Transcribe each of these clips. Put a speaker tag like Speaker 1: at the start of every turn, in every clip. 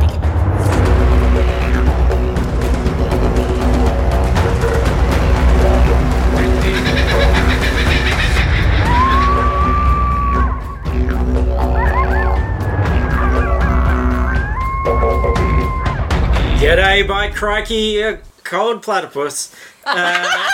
Speaker 1: dick.
Speaker 2: G'day, by crikey, you cold platypus. Uh,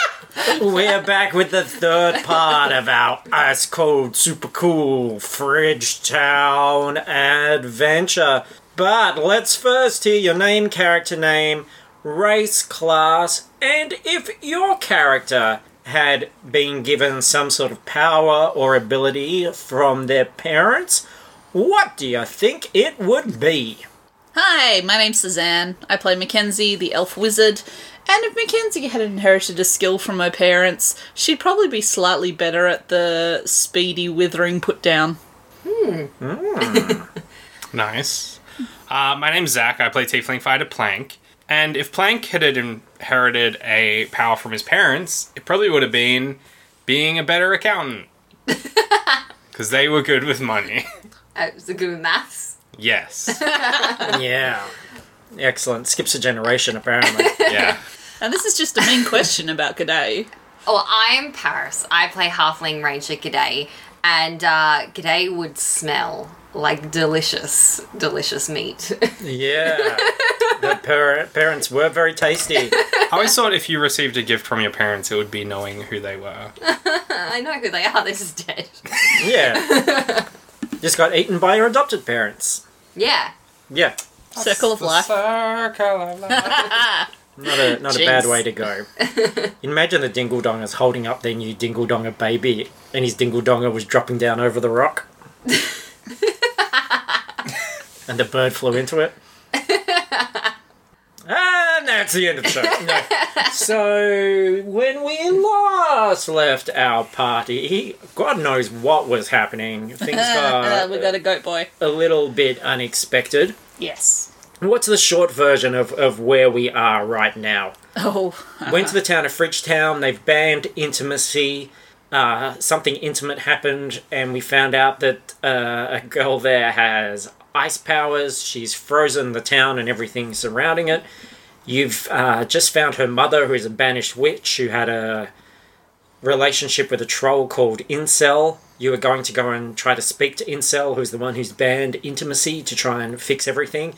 Speaker 2: we're back with the third part of our ice cold, super cool Fridge Town adventure. But let's first hear your name, character name, race, class, and if your character had been given some sort of power or ability from their parents, what do you think it would be?
Speaker 3: Hi, my name's Suzanne. I play Mackenzie, the elf wizard. And if Mackenzie had inherited a skill from her parents, she'd probably be slightly better at the speedy withering put down.
Speaker 4: Nice. Uh, my name's Zach. I play Tiefling Fighter Plank. And if Plank had inherited a power from his parents, it probably would have been being a better accountant. Because they were good with money.
Speaker 5: I was Uh, good with maths.
Speaker 4: yes.
Speaker 2: Yeah. Excellent. Skips a generation, apparently.
Speaker 4: Yeah.
Speaker 3: And this is just a mean question about G'day.
Speaker 5: Oh, I'm Paris. I play Halfling Ranger G'day, and uh, G'day would smell like delicious, delicious meat.
Speaker 2: yeah. The par- parents were very tasty.
Speaker 4: I always thought if you received a gift from your parents, it would be knowing who they were.
Speaker 5: I know who they are. They're just dead.
Speaker 2: Yeah. Just got eaten by your adopted parents.
Speaker 5: Yeah.
Speaker 2: Yeah.
Speaker 3: Circle of life.
Speaker 4: Circle of life.
Speaker 2: Not a, not a bad
Speaker 3: Jinx.
Speaker 2: way to go. Imagine the dingle dongers holding up their new dingle donger baby, and his dingle donger was dropping down over the rock. and the bird flew into it. and that's the end of the show. No. So, when we last left our party, God knows what was happening. Things
Speaker 3: Uh, we
Speaker 2: got
Speaker 3: got a goat boy.
Speaker 2: a little bit unexpected.
Speaker 3: Yes.
Speaker 2: What's the short version of, of where we are right now?
Speaker 3: Oh.
Speaker 2: went to the town of Fridgetown. They've banned intimacy. Uh, something intimate happened, and we found out that uh, a girl there has ice powers. She's frozen the town and everything surrounding it. You've uh, just found her mother, who is a banished witch, who had a relationship with a troll called Incel. You were going to go and try to speak to Incel, who's the one who's banned intimacy, to try and fix everything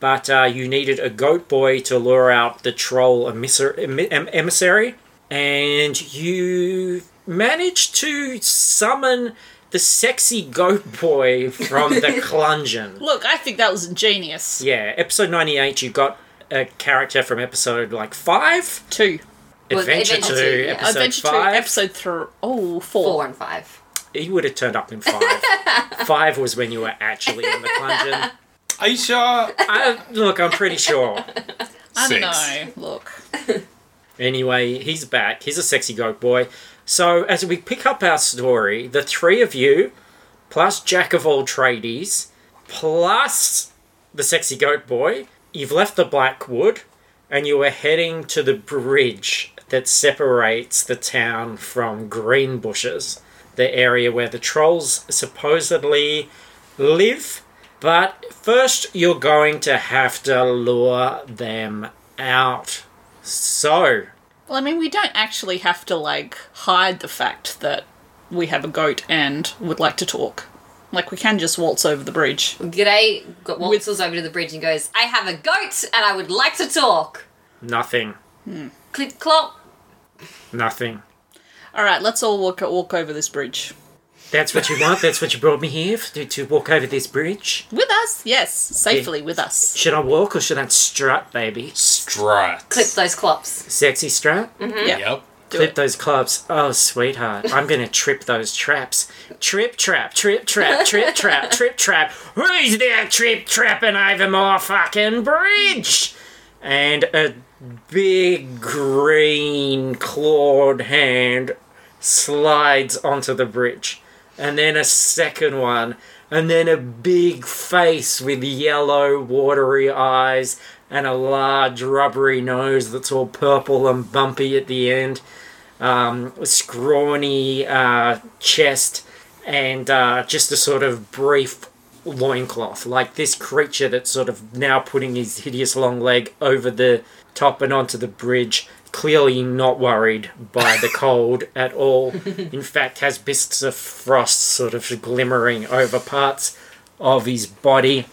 Speaker 2: but uh, you needed a goat boy to lure out the troll emissar- em- em- emissary, and you managed to summon the sexy goat boy from the clungeon.
Speaker 3: Look, I think that was ingenious.
Speaker 2: Yeah, episode 98, you got a character from episode like 5?
Speaker 3: Two.
Speaker 5: Well,
Speaker 2: Adventure,
Speaker 5: Adventure
Speaker 2: 2,
Speaker 5: two, yeah.
Speaker 2: episode
Speaker 3: Adventure
Speaker 2: 5.
Speaker 3: two, episode three. Oh, four.
Speaker 5: Four and five.
Speaker 2: He would have turned up in 5. 5 was when you were actually in the clungeon.
Speaker 4: Are you sure?
Speaker 2: I, look, I'm pretty sure.
Speaker 3: I don't
Speaker 4: Six.
Speaker 3: know. Look.
Speaker 2: Anyway, he's back. He's a sexy goat boy. So, as we pick up our story, the three of you, plus Jack of all tradies, plus the sexy goat boy, you've left the Blackwood and you are heading to the bridge that separates the town from Greenbushes, the area where the trolls supposedly live. But first, you're going to have to lure them out. So,
Speaker 3: Well, I mean, we don't actually have to, like, hide the fact that we have a goat and would like to talk. Like, we can just waltz over the bridge.
Speaker 5: G'day got waltzes over to the bridge and goes, "I have a goat and I would like to talk."
Speaker 2: Nothing.
Speaker 5: Click clop.
Speaker 2: Nothing.
Speaker 3: All right, let's all walk walk over this bridge.
Speaker 2: That's what you want? That's what you brought me here? f- To, to walk over this bridge?
Speaker 3: With us, yes, safely with us.
Speaker 2: Should I walk or should I strut, baby?
Speaker 4: Strut.
Speaker 5: Click those clops.
Speaker 2: Sexy strut?
Speaker 3: Yeah.
Speaker 4: Yep.
Speaker 3: Do
Speaker 2: Clip
Speaker 3: it.
Speaker 2: those clubs. Oh, sweetheart. I'm gonna trip those traps. Trip trap, trip trap, trip trap, trip trap. Who's there trip trapping over my fucking bridge? And a big green clawed hand slides onto the bridge. And then a second one. and then a big face with yellow, watery eyes and a large, rubbery nose that's all purple and bumpy at the end. Um, a scrawny uh, chest and uh, just a sort of brief loincloth. Like this creature that's sort of now putting his hideous long leg over the top and onto the bridge. Clearly not worried by the cold at all. In fact, has bits of frost sort of glimmering over parts of his body.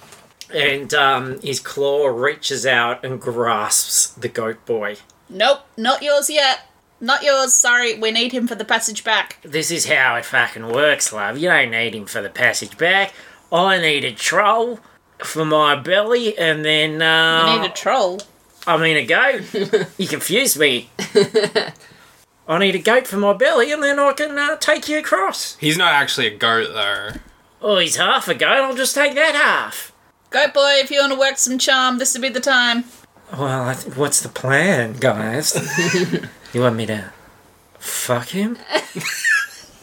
Speaker 2: And um, his claw reaches out and grasps the goat boy.
Speaker 3: Nope, not yours yet. Not yours, sorry. We need him for the passage back.
Speaker 2: This is how it fucking works, love. You don't need him for the passage back. I need a troll for my belly, and then uh,
Speaker 3: We need a troll.
Speaker 2: I mean a goat. you confuse me. I need a goat for my belly, and then I can uh, take you across.
Speaker 4: He's not actually a goat though.
Speaker 2: Oh, he's half a goat. I'll just take that half.
Speaker 3: Goat boy, if you want to work some charm, this would be the time.
Speaker 2: Well, I th- what's the plan, guys? you want me to fuck him?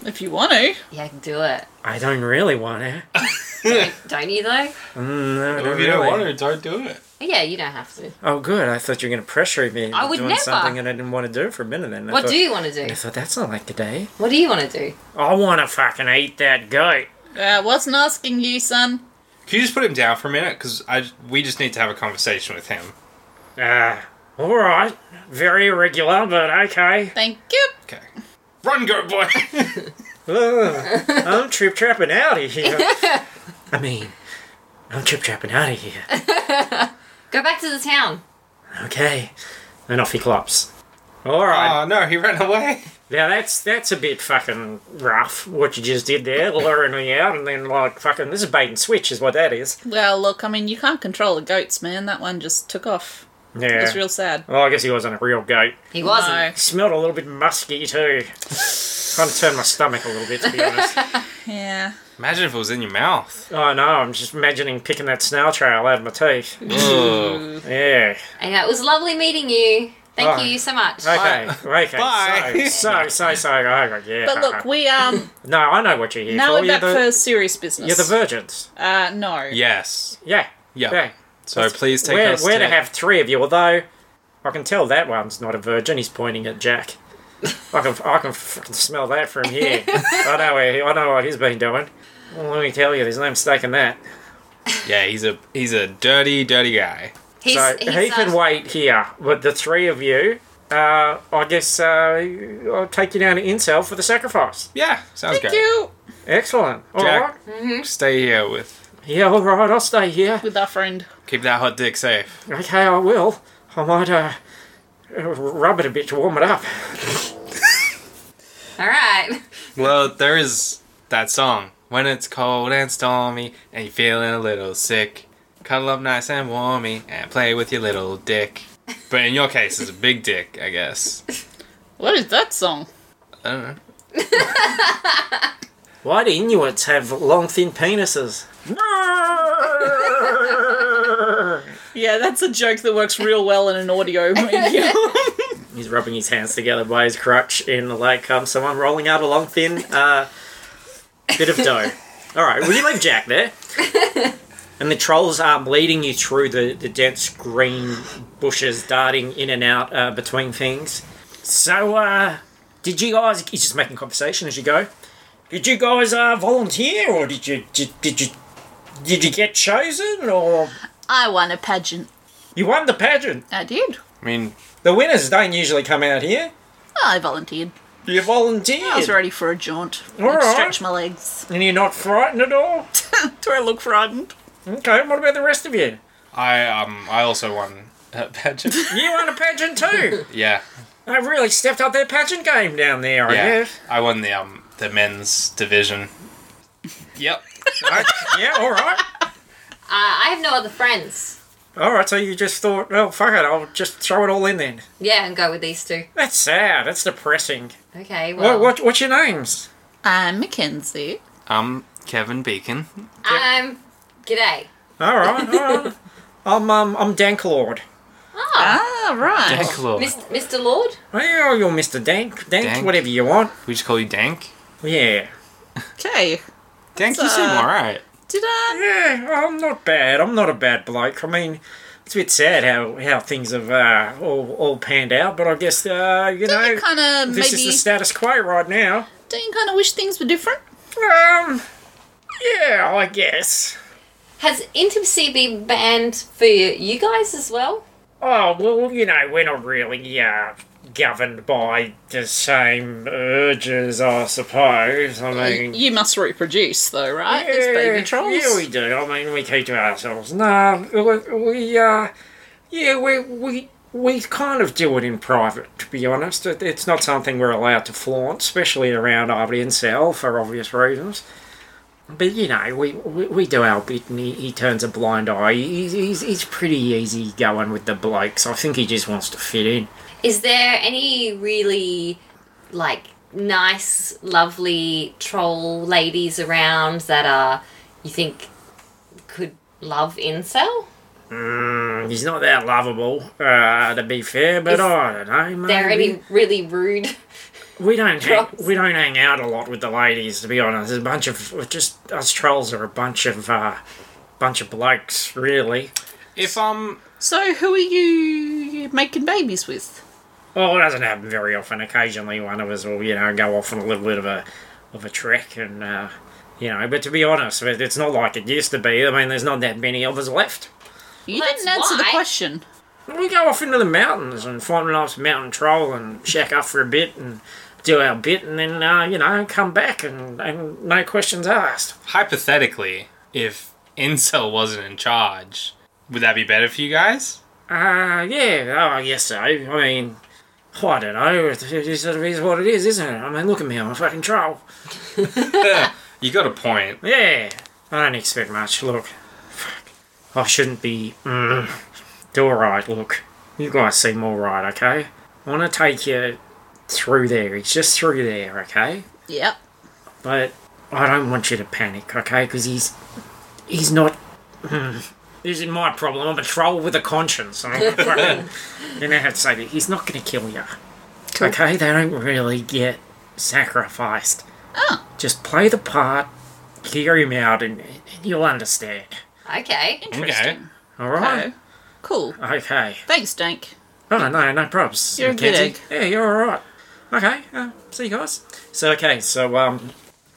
Speaker 3: If you want to.
Speaker 5: Yeah, do it.
Speaker 2: I don't really want to.
Speaker 5: Don't you though?
Speaker 2: No, I don't
Speaker 4: If you
Speaker 2: really.
Speaker 4: don't want to, don't do it.
Speaker 5: Yeah, you don't have to.
Speaker 2: Oh, good. I thought you were going to pressure me.
Speaker 5: I
Speaker 2: into
Speaker 5: would
Speaker 2: doing
Speaker 5: never.
Speaker 2: something and I didn't want to do for a minute. Then I
Speaker 5: What
Speaker 2: thought-
Speaker 5: do you want to
Speaker 2: I
Speaker 5: do?
Speaker 2: thought that's not like today.
Speaker 5: What do you want to do?
Speaker 2: I want to fucking eat that goat.
Speaker 3: Uh, wasn't asking you, son.
Speaker 4: Can you just put him down for a minute? Because I we just need to have a conversation with him.
Speaker 2: Ah, all right. Very irregular, but okay.
Speaker 3: Thank you.
Speaker 4: Okay. Run, goat boy.
Speaker 2: Ugh, I'm trip trapping out of here. I mean, I'm trip trapping out of here.
Speaker 5: Go back to the town.
Speaker 2: Okay, and off he clops. All right.
Speaker 5: Uh.
Speaker 4: oh no, he ran away.
Speaker 2: now that's that's a bit fucking rough. What you just did there, luring me out, and then like fucking this is bait and switch, is what that is.
Speaker 3: Well, look, I mean, you can't control the goats, man. That one just took off.
Speaker 2: Yeah.
Speaker 3: It's real sad.
Speaker 2: well, I guess he wasn't a real goat.
Speaker 5: He wasn't.
Speaker 2: It smelled a little bit musky too. Kind of turned my stomach a little bit, to be honest.
Speaker 3: No. Yeah.
Speaker 4: Imagine if it was in your mouth.
Speaker 2: Oh no, I'm just imagining picking that snail trail out of my teeth.
Speaker 4: Ugh.
Speaker 2: Yeah.
Speaker 5: Anyway, it was lovely meeting you. Thank
Speaker 2: Bye.
Speaker 5: you so much.
Speaker 2: Okay. Okay.
Speaker 4: Bye.
Speaker 2: So, so, so, so. Okay, yeah. Uh-huh.
Speaker 3: But look, we um
Speaker 2: No, I know what you're here
Speaker 3: now
Speaker 2: for.
Speaker 3: we're
Speaker 2: You're
Speaker 3: back
Speaker 2: the,
Speaker 3: for serious business.
Speaker 2: you're the virgins.
Speaker 3: uh no.
Speaker 4: Yes.
Speaker 2: Yeah.
Speaker 4: Yeah.
Speaker 2: Yeah.
Speaker 4: So please take
Speaker 2: We're,
Speaker 4: us.
Speaker 2: we're to
Speaker 4: to-
Speaker 2: have three of you, although I can tell that one's not a virgin. He's pointing at Jack. I can, I can fucking smell that from here. I know where, he- I know what he's been doing. Well, let me tell you, there's no mistake in that.
Speaker 4: Yeah, he's a he's a dirty, dirty guy.
Speaker 5: He's,
Speaker 2: So
Speaker 5: he's,
Speaker 2: he
Speaker 5: uh,
Speaker 2: can wait here, but the three of you, uh, I guess uh, I'll take you down to Incel for the sacrifice.
Speaker 4: Yeah, sounds
Speaker 3: Thank
Speaker 4: good.
Speaker 3: you.
Speaker 2: Excellent. All right.
Speaker 4: Jack, stay here with.
Speaker 2: Yeah, all right. I'll stay here.
Speaker 3: With our friend.
Speaker 4: Keep that hot dick safe.
Speaker 2: Okay, I will. I might uh, uh, rub it a bit to warm it up.
Speaker 5: All right.
Speaker 4: Well, there is that song. When it's cold and stormy and you're feeling a little sick, cuddle up nice and warmy and play with your little dick. But in your case, it's a big dick, I guess.
Speaker 3: What is that song?
Speaker 4: I don't know.
Speaker 2: Why do Inuits have long, thin penises?
Speaker 3: Yeah, that's a joke that works real well in an audio medium.
Speaker 2: He's rubbing his hands together by his crutch in like um, someone rolling out a long, thin uh, bit of dough. All right, will you leave Jack there? And the trolls are leading you through the, the dense green bushes, darting in and out uh, between things. So, uh, did you guys? He's just making conversation as you go. Did you guys uh, volunteer, or did you did, did you did you get chosen, or
Speaker 3: I won a pageant.
Speaker 2: you won the pageant?
Speaker 3: I did.
Speaker 4: I mean,
Speaker 2: The winners don't usually come out here.
Speaker 3: I volunteered.
Speaker 2: You volunteered.
Speaker 3: I was ready for a jaunt.
Speaker 2: All
Speaker 3: I'd
Speaker 2: right.
Speaker 3: Stretch my legs.
Speaker 2: And you're not frightened at all?
Speaker 3: Do I look frightened?
Speaker 2: Okay, what about the rest of you?
Speaker 4: I um I also won a pageant.
Speaker 2: You won a pageant too!
Speaker 4: yeah,
Speaker 2: I really stepped up their pageant game down there, I
Speaker 4: yeah.
Speaker 2: guess.
Speaker 4: I won the um the men's division. Yep.
Speaker 2: Yeah, alright.
Speaker 5: Uh, I have no other friends.
Speaker 2: Alright, so you just thought, oh, fuck it, I'll just throw it all in then.
Speaker 5: Yeah, and go with these two.
Speaker 2: That's sad, that's depressing.
Speaker 5: Okay. Well,
Speaker 2: What, what, what's your names?
Speaker 3: I'm Mackenzie.
Speaker 4: I'm Kevin Beacon.
Speaker 5: Um, g'day.
Speaker 2: Alright, alright. I'm, um, I'm Dank Lord.
Speaker 5: Oh,
Speaker 3: Ah, right.
Speaker 4: Dank Lord.
Speaker 5: Mis- Mr. Lord.
Speaker 2: Oh, you're Mr. Dank, Dank,
Speaker 4: Dank.
Speaker 2: whatever you want.
Speaker 4: We just call you Dank.
Speaker 2: Yeah.
Speaker 3: Okay.
Speaker 4: Dank, you
Speaker 3: That's,
Speaker 4: seem
Speaker 3: uh,
Speaker 4: alright.
Speaker 3: Did uh, I?
Speaker 2: Yeah, I'm not bad. I'm not a bad bloke. I mean, it's a bit sad how, how things have uh, all, all panned out, but I guess, uh, you
Speaker 3: Don't
Speaker 2: know,
Speaker 3: you kind of
Speaker 2: this is
Speaker 3: maybe?
Speaker 2: the status quo right now.
Speaker 3: don't you kind of wish things were different?
Speaker 2: Um, yeah, I guess.
Speaker 5: Has intimacy been banned for you, you guys as well?
Speaker 2: Oh, well, you know, we're not really uh, governed by the same urges, I suppose. I mean.
Speaker 3: You must reproduce, though, right? There's baby trolls.
Speaker 2: Yeah, we do. I mean, we keep to ourselves. No, we, we uh, yeah, we, we, we kind of do it in private, to be honest. It, it's not something we're allowed to flaunt, especially around Ivy and Sal, for obvious reasons. But, you know, we, we, we do our bit and he, he turns a blind eye. He's, he's, he's pretty easy going with the blokes. I think he just wants to fit in.
Speaker 5: Is there any really like nice, lovely troll ladies around that are you think could love incel?
Speaker 2: Mm, He's not that lovable, uh, to be fair, but
Speaker 5: Is
Speaker 2: I don't know, mate.
Speaker 5: They're any really rude.
Speaker 2: We don't hang,
Speaker 5: Trolls.
Speaker 2: we don't hang out a lot with the ladies, to be honest. There's a bunch of just us trolls are a bunch of uh, bunch of blokes, really.
Speaker 4: If um,
Speaker 3: So, who are you making babies with?
Speaker 2: Well, it doesn't happen very often. Occasionally, one of us will you know go off on a little bit of a of a trek, and uh, you know. But to be honest, it- it's not like it used to be. I mean, there's not that many of us left.
Speaker 3: You
Speaker 5: Well,
Speaker 3: didn't
Speaker 5: that's
Speaker 3: answer the
Speaker 5: why.
Speaker 3: question.
Speaker 2: We go off into the mountains and find a nice mountain troll and shack up for a bit and do our bit, and then uh, you know come back and, and no questions asked.
Speaker 4: hypothetically, if Incel wasn't in charge, would that be better for you guys?
Speaker 2: Uh, yeah, oh, I guess so. I mean, I don't know. It, it is- it is what it is, isn't it? I mean, look at me, I'm a fucking troll.
Speaker 4: You got a point.
Speaker 2: Yeah, I don't expect much. Look, fuck. I shouldn't be. Mm, do alright, look. You guys seem alright, okay? I want to take you through there. It's just through there, okay?
Speaker 3: Yep.
Speaker 2: But I don't want you to panic, okay? Because he's. He's not. Mm, this is my problem. I'm a troll with a conscience. I'm a fucking. you know how to say that. He's not going to kill you.
Speaker 3: Cool.
Speaker 2: Okay, they don't really get sacrificed.
Speaker 3: Oh,
Speaker 2: Just play the part, hear him out, and, and you'll understand.
Speaker 5: Okay.
Speaker 4: Okay.
Speaker 3: interesting.
Speaker 2: All
Speaker 3: Okay.
Speaker 2: right?
Speaker 3: Oh. Cool.
Speaker 2: Okay.
Speaker 3: Thanks, Dank.
Speaker 2: Oh, no, no props.
Speaker 3: You're a good
Speaker 2: Mackenzie.
Speaker 3: egg.
Speaker 2: Yeah, you're all right. Okay, uh, see you guys. So, okay, so um,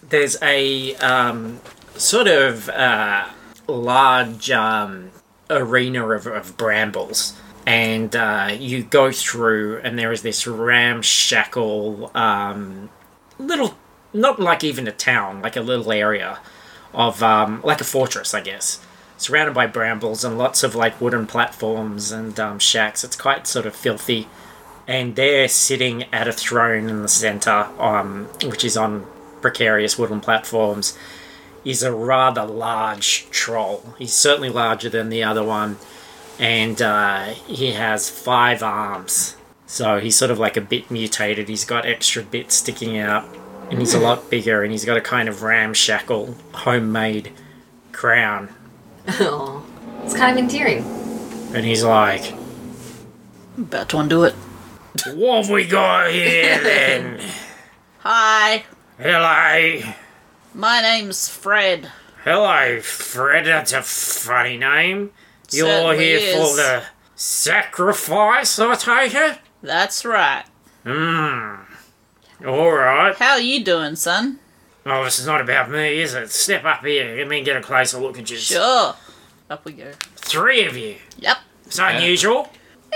Speaker 2: there's a um, sort of uh, large um, arena of, of brambles. And uh, you go through, and there is this ramshackle um, little, not like even a town, like a little area of, um, like a fortress, I guess. Surrounded by brambles and lots of like wooden platforms and um, shacks. It's quite sort of filthy and they're sitting at a throne in the center, um, which is on precarious wooden platforms, is a rather large troll. He's certainly larger than the other one, and uh, he has five arms. So he's sort of like a bit mutated. He's got extra bits sticking out, and he's a lot bigger, and he's got a kind of ramshackle, homemade crown.
Speaker 5: Oh, it's kind of endearing.
Speaker 2: And he's like,
Speaker 3: I'm about to undo it.
Speaker 2: What have we got here then?
Speaker 3: Hi,
Speaker 2: Hello.
Speaker 3: my name's Fred.
Speaker 2: Hello, Fred. That's a funny name. You're
Speaker 3: Certainly
Speaker 2: here
Speaker 3: is.
Speaker 2: for the sacrifice, I take it? Hmm.
Speaker 3: That's right.
Speaker 2: Alright.
Speaker 3: How you doing, son?
Speaker 2: Oh, this is not about me, is it? Step up here. Let me get a closer look at you.
Speaker 3: Sure. Up we go.
Speaker 2: Three of you.
Speaker 3: Yep.
Speaker 2: It's unusual.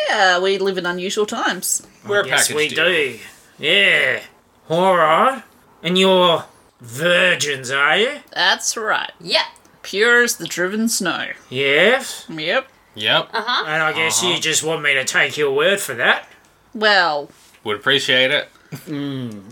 Speaker 3: Yeah, we live in unusual times.
Speaker 4: We're a
Speaker 2: Yes,
Speaker 4: package
Speaker 2: we
Speaker 4: deal.
Speaker 2: do. Yeah. Alright. And you're virgins, are you?
Speaker 3: That's right.
Speaker 5: Yep.
Speaker 3: Pure as the driven snow.
Speaker 2: Yes.
Speaker 3: Yep.
Speaker 4: Yep.
Speaker 2: And I guess
Speaker 4: Uh-huh.
Speaker 2: you just want me to take your word for that.
Speaker 3: Well,
Speaker 4: Would appreciate it.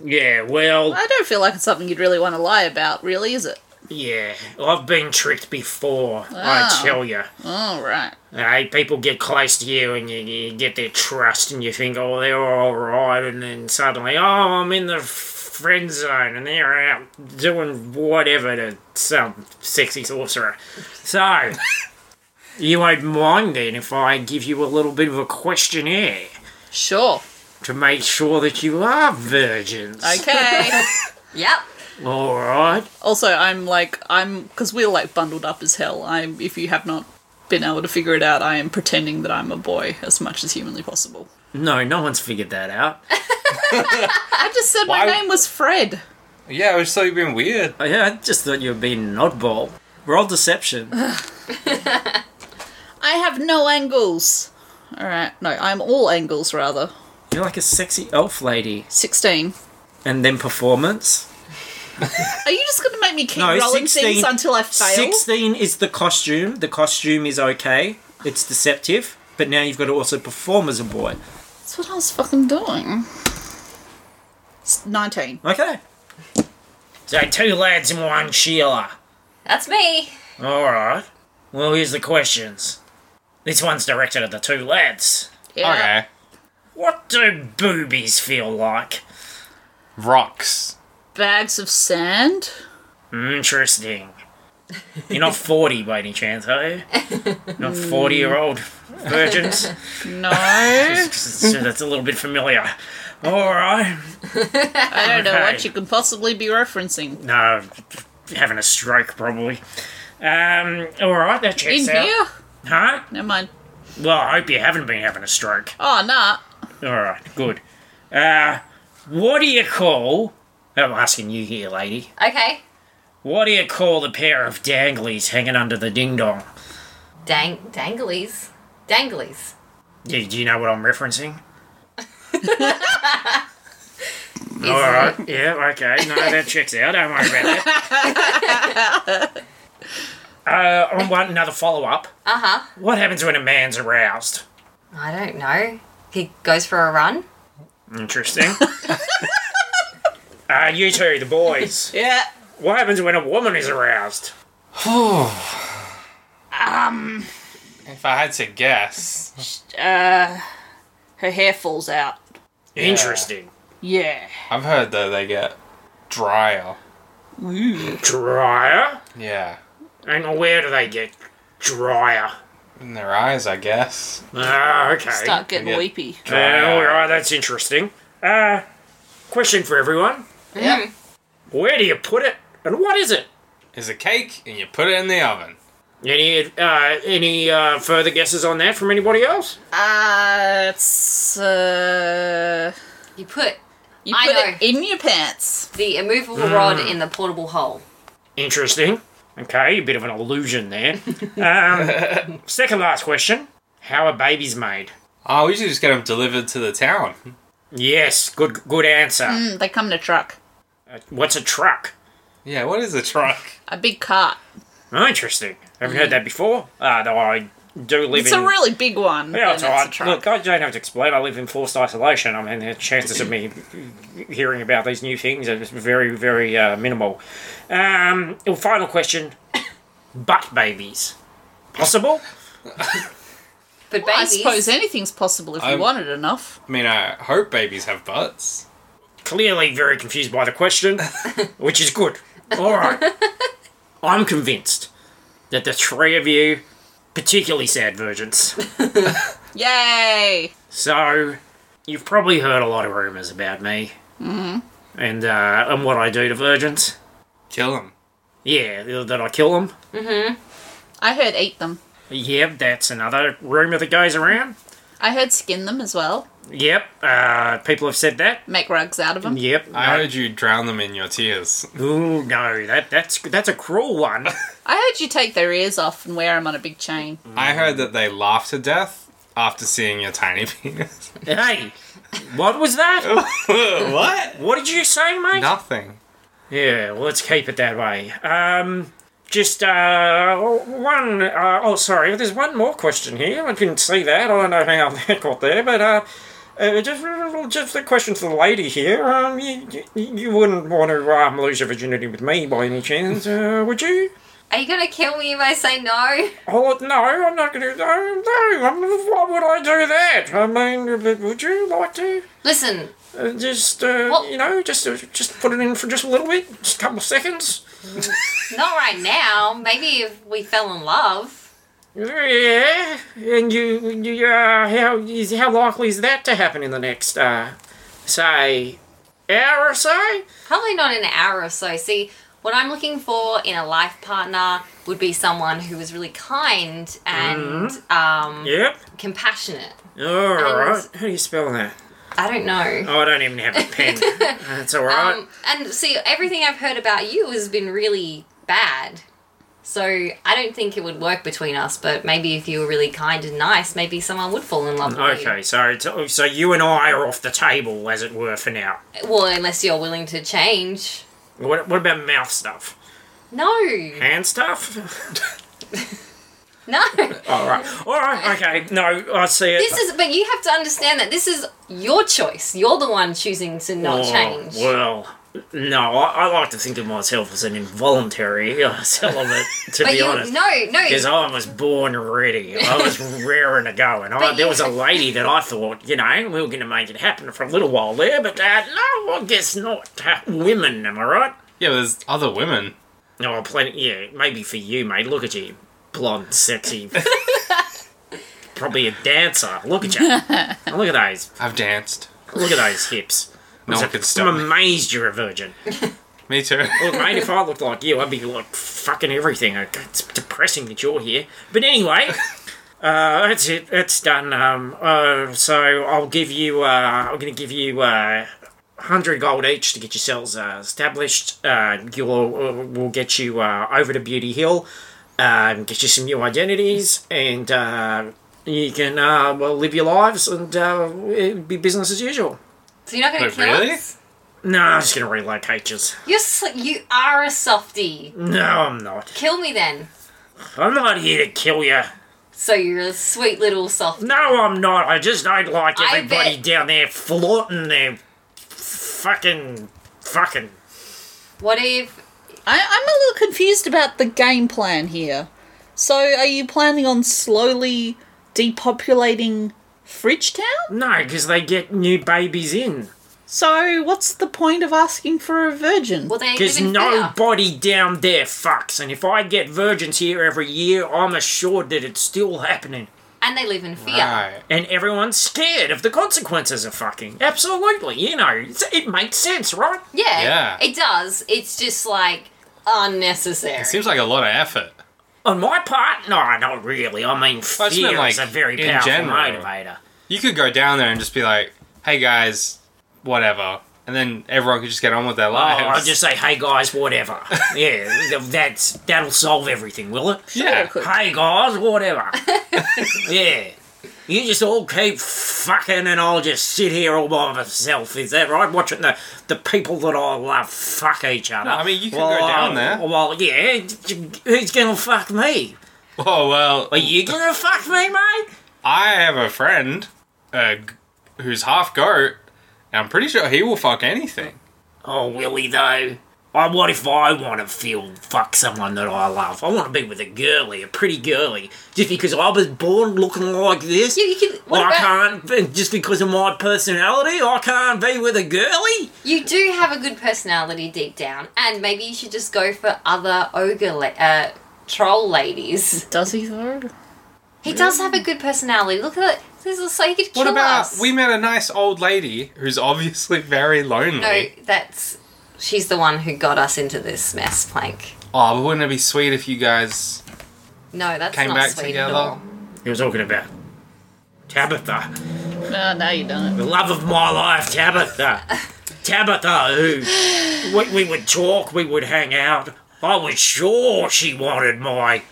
Speaker 2: Yeah, well,
Speaker 3: I don't feel like it's something you'd really want to lie about, really, is it?
Speaker 2: yeah. I've been tricked before,
Speaker 3: Oh.
Speaker 2: I tell you.
Speaker 3: All right.
Speaker 2: Hey, people get close to you and you, you get their trust and you think, oh, they're all right, and then suddenly, oh, I'm in the friend zone and they're out doing whatever to some sexy sorcerer. So, you won't mind then if I give you a little bit of a questionnaire
Speaker 3: Sure.
Speaker 2: to make sure that you are virgins.
Speaker 3: Okay.
Speaker 5: Yep.
Speaker 2: All right.
Speaker 3: Also, I'm like I'm because we're like bundled up as hell. I'm if you have not been able to figure it out, I am pretending that I'm a boy as much as humanly possible.
Speaker 6: No, no one's figured that out.
Speaker 3: I just said
Speaker 4: Why-
Speaker 3: my name was Fred.
Speaker 4: Yeah, I just thought you'd been weird.
Speaker 6: Oh, yeah, I just thought you were being an oddball. Roll deception.
Speaker 3: I have no angles. All right, no, I'm all angles rather.
Speaker 6: You're like a sexy elf lady.
Speaker 3: Sixteen.
Speaker 6: And then performance.
Speaker 3: Are you just going to make me keep
Speaker 6: No,
Speaker 3: rolling
Speaker 6: 16
Speaker 3: things until I fail?
Speaker 6: 16 is the costume. The costume is okay. It's deceptive. But now you've got to also perform as a boy.
Speaker 3: That's what I was fucking doing. It's Nineteen.
Speaker 6: Okay.
Speaker 2: So two lads and one Sheila.
Speaker 5: That's me.
Speaker 2: All right. Well, here's the questions. This one's directed at the two lads.
Speaker 3: Yeah.
Speaker 4: Okay.
Speaker 2: What do boobies feel like?
Speaker 4: Rocks.
Speaker 3: Bags of sand.
Speaker 2: Interesting. You're not 40 by any chance, are you? Not 40 year old virgins?
Speaker 3: No, I
Speaker 2: So that's a little bit familiar. Alright.
Speaker 3: don't know what
Speaker 2: Okay.
Speaker 3: you can possibly be referencing.
Speaker 2: No, having a stroke probably. Um, alright, that
Speaker 3: In
Speaker 2: checks out.
Speaker 3: here?
Speaker 2: Huh?
Speaker 3: Never mind.
Speaker 2: Well, I hope you haven't been having a stroke.
Speaker 3: Oh, nah.
Speaker 2: Alright, good. Uh, what do you call. I'm asking you here, lady.
Speaker 5: Okay.
Speaker 2: What do you call the pair of danglies hanging under the ding dong?
Speaker 5: Dang, danglies. Danglies.
Speaker 2: Do, do you know what I'm referencing?
Speaker 5: Is
Speaker 2: All right. Yeah. Okay. No, that checks out. Don't worry about that. uh, on one another follow up.
Speaker 5: Uh huh.
Speaker 2: What happens when a man's aroused?
Speaker 5: I don't know. He goes for a run.
Speaker 2: Interesting. uh, you two, the boys.
Speaker 3: Yeah.
Speaker 2: What happens when a woman is aroused?
Speaker 4: If I had to guess.
Speaker 3: Uh, her hair falls out.
Speaker 2: Interesting.
Speaker 3: Yeah.
Speaker 4: I've heard that they get drier.
Speaker 2: Drier.
Speaker 4: Yeah.
Speaker 2: And where do they get drier?
Speaker 4: In their eyes, I guess.
Speaker 2: Ah, okay.
Speaker 3: Start getting
Speaker 4: Yeah.
Speaker 3: weepy.
Speaker 2: Uh, all right. That's interesting. Uh, question for everyone.
Speaker 3: Yep.
Speaker 2: Where do you put it, and what is it?
Speaker 4: Is a cake and you put it in the oven.
Speaker 2: Any uh, any uh, further guesses on that from anybody else?
Speaker 3: Uh, it's, uh...
Speaker 5: You put
Speaker 3: You
Speaker 5: I
Speaker 3: put
Speaker 5: know.
Speaker 3: it in your pants.
Speaker 5: the immovable
Speaker 2: Mm.
Speaker 5: rod in the portable hole.
Speaker 2: Interesting. Okay, a bit of an illusion there. um, second last question: How are babies made?
Speaker 4: Oh, we usually just get them delivered to the town.
Speaker 2: Yes, good good answer.
Speaker 3: Mm, they come in a truck.
Speaker 2: Uh, what's a truck?
Speaker 4: Yeah, what is a truck?
Speaker 3: A big cart.
Speaker 2: Oh, interesting. Haven't heard that before. Uh, though I do live
Speaker 3: It's
Speaker 2: in.
Speaker 3: a really big one.
Speaker 2: yeah, it's
Speaker 3: and
Speaker 2: all
Speaker 3: it's a
Speaker 2: right.
Speaker 3: truck.
Speaker 2: Look, I don't have to explain. I live in forced isolation. I mean, the chances of me hearing about these new things are very, very uh, minimal. Um, well, final question: Butt babies, possible?
Speaker 5: But
Speaker 3: I
Speaker 5: babies.
Speaker 3: suppose anything's possible if you
Speaker 4: I'm-
Speaker 3: want it enough.
Speaker 4: I mean, I hope babies have butts.
Speaker 2: Clearly, very confused by the question, which is good. All right, I'm convinced that the three of you, particularly sad virgins,
Speaker 3: Yay!
Speaker 2: So, you've probably heard a lot of rumours about me mm-hmm. and uh, and what I do to virgins.
Speaker 4: Kill them.
Speaker 2: Yeah, that I kill them.
Speaker 3: I heard eat them.
Speaker 2: Yep, that's another rumour that goes around.
Speaker 3: I heard skin them as well.
Speaker 2: Yep, uh, people have said that.
Speaker 3: Make rugs out of them.
Speaker 2: Yep.
Speaker 4: I
Speaker 2: no.
Speaker 4: heard you drown them in your tears.
Speaker 2: Ooh, no, that that's that's a cruel one.
Speaker 3: I heard you take their ears off and wear them on a big chain.
Speaker 4: I heard that they laugh to death after seeing your tiny penis.
Speaker 2: hey, what was that?
Speaker 4: what?
Speaker 2: What did you say, mate?
Speaker 4: Nothing.
Speaker 2: Yeah, well, let's keep it that way. Um, just uh, one. Uh, oh, sorry. There's one more question here. I didn't see that. I don't know how that got there, but uh, uh, just just a question to the lady here. Um, you, you, you wouldn't want to um, lose your virginity with me by any chance, uh, would you?
Speaker 5: Are you gonna kill me if I say no?
Speaker 2: Oh no, I'm not going to. No, no. I'm, why would I do that? I mean, uh, but would you like to?
Speaker 5: Listen,
Speaker 2: Uh, just uh,
Speaker 5: Well-
Speaker 2: you know, just uh, just put it in for just a little bit, just a couple of seconds.
Speaker 5: not right now. Maybe if we fell in love.
Speaker 2: Yeah, and you, you uh, how is how likely is that to happen in the next, uh, say, hour or so.
Speaker 5: Probably not an hour or so. See, what I'm looking for in a life partner would be someone who is really kind and
Speaker 2: Mm.
Speaker 5: um,
Speaker 2: Yep.
Speaker 5: compassionate.
Speaker 2: All right. How do you spell that?
Speaker 5: I don't know.
Speaker 2: Oh, I don't even have a pen. That's all right.
Speaker 5: Um, and see, everything I've heard about you has been really bad. So I don't think it would work between us. But maybe if you were really kind and nice, maybe someone would fall in love with you.
Speaker 2: okay, so it's- so you and I are off the table, as it were, for now.
Speaker 5: Well, unless you're willing to change.
Speaker 2: What, what about mouth stuff?
Speaker 5: No,
Speaker 2: Hand stuff?
Speaker 5: no.
Speaker 2: all right. All right. Okay. No, I see it.
Speaker 5: This is, but you have to understand that this is your choice. You're the one choosing to not
Speaker 2: Oh,
Speaker 5: change.
Speaker 2: Well, no, I, I like to think of myself as an involuntary uh, celibate, to
Speaker 5: but
Speaker 2: be
Speaker 5: you,
Speaker 2: honest.
Speaker 5: no, no.
Speaker 2: Because I was born ready. I was raring to go. And I,
Speaker 5: But
Speaker 2: there
Speaker 5: you-
Speaker 2: was a lady that I thought, you know, we were going to make it happen for a little while there, but uh, no, I guess not. Uh, women, am I right?
Speaker 4: Yeah, but there's other women.
Speaker 2: No, plenty. Yeah, maybe for you, mate. Look at you. Blonde, sexy. Probably a dancer. Look at you. Look at those.
Speaker 4: I've danced.
Speaker 2: Look at those hips.
Speaker 4: No one
Speaker 2: I'm
Speaker 4: can
Speaker 2: so-
Speaker 4: stop
Speaker 2: I'm
Speaker 4: me.
Speaker 2: amazed you're a virgin.
Speaker 4: Me too.
Speaker 2: Look, mate, if I looked like you, I'd be like fucking everything. I- It's depressing that you're here. But anyway, uh, that's it. That's done. Um, uh, so I'll give you. Uh, I'm going to give you. Uh, 100 gold each to get yourselves uh, established. Uh, you'll, uh, we'll get you uh, over to Beauty Hill, um, get you some new identities, and uh, you can uh, well, live your lives and uh, it'd be business as usual.
Speaker 5: so you're not going
Speaker 4: Wait,
Speaker 5: to kill
Speaker 4: really?
Speaker 5: us.
Speaker 2: No, I'm just going to relocate you.
Speaker 5: You're so, you are a softie.
Speaker 2: No, I'm not.
Speaker 5: Kill me then.
Speaker 2: I'm not here to kill you.
Speaker 5: So you're a sweet little softie.
Speaker 2: No, I'm not. I just don't like
Speaker 5: I
Speaker 2: everybody
Speaker 5: bet-
Speaker 2: down there flaunting their fucking, fucking.
Speaker 5: What if
Speaker 3: I, I'm a little confused about the game plan here. So, are you planning on slowly depopulating Fridgetown?
Speaker 2: No, because they get new babies in.
Speaker 3: So, what's the point of asking for a virgin?
Speaker 5: well they live
Speaker 2: Because
Speaker 5: in fear?
Speaker 2: nobody down there fucks. And if I get virgins here every year, I'm assured that it's still happening.
Speaker 5: and they live in fear.
Speaker 4: Right.
Speaker 2: And everyone's scared of the consequences of fucking. Absolutely, you know, it's, it makes sense, right?
Speaker 5: Yeah,
Speaker 4: Yeah.
Speaker 5: it does. It's just like unnecessary.
Speaker 4: It seems like a lot of effort.
Speaker 2: On my part, no, not really. I mean, fear
Speaker 4: I just meant,
Speaker 2: is a
Speaker 4: like,
Speaker 2: very
Speaker 4: in
Speaker 2: powerful
Speaker 4: general.
Speaker 2: motivator.
Speaker 4: You could go down there and just be like, "Hey guys, whatever," and then everyone could just get on with their
Speaker 2: Oh,
Speaker 4: lives.
Speaker 2: I'll just say, hey guys, whatever. yeah, th- that's that'll solve everything, will it?
Speaker 4: yeah.
Speaker 3: Sure.
Speaker 2: Hey guys, whatever. yeah, you just all keep fucking, and I'll just sit here all by myself. Is that right? Watching the the people that I love fuck each other.
Speaker 4: I mean, you can go down there.
Speaker 2: Well, yeah. Who's gonna fuck me?
Speaker 4: Oh well,
Speaker 2: Are you gonna fuck me, mate?
Speaker 4: I have a friend uh, g- who's half goat, and I'm pretty sure he will fuck anything.
Speaker 2: Oh, Willie, though. Oh, what if I want to feel fuck someone that I love? I want to be with a girly, a pretty girly, just because I was born looking like this.
Speaker 5: you, you can. What
Speaker 2: I
Speaker 5: about,
Speaker 2: can't, just because of my personality, I can't be with a girly.
Speaker 5: You do have a good personality deep down, and maybe you should just go for other ogre la- uh, troll ladies.
Speaker 3: Does he though?
Speaker 5: He does have a good personality. Look at it. This is so he could kill
Speaker 4: What about
Speaker 5: us.
Speaker 4: we met a nice old lady who's obviously very lonely?
Speaker 5: No, that's she's the one who got us into this mess, Plank.
Speaker 4: Oh, but wouldn't it be sweet if you guys
Speaker 5: No, that's
Speaker 4: came
Speaker 5: not
Speaker 4: back
Speaker 5: sweet
Speaker 4: together?
Speaker 5: at all.
Speaker 2: He was talking about Tabitha,
Speaker 3: No, no, you don't.
Speaker 2: the love of my life, Tabitha. Tabitha, who we, we would talk, we would hang out. I was sure she wanted my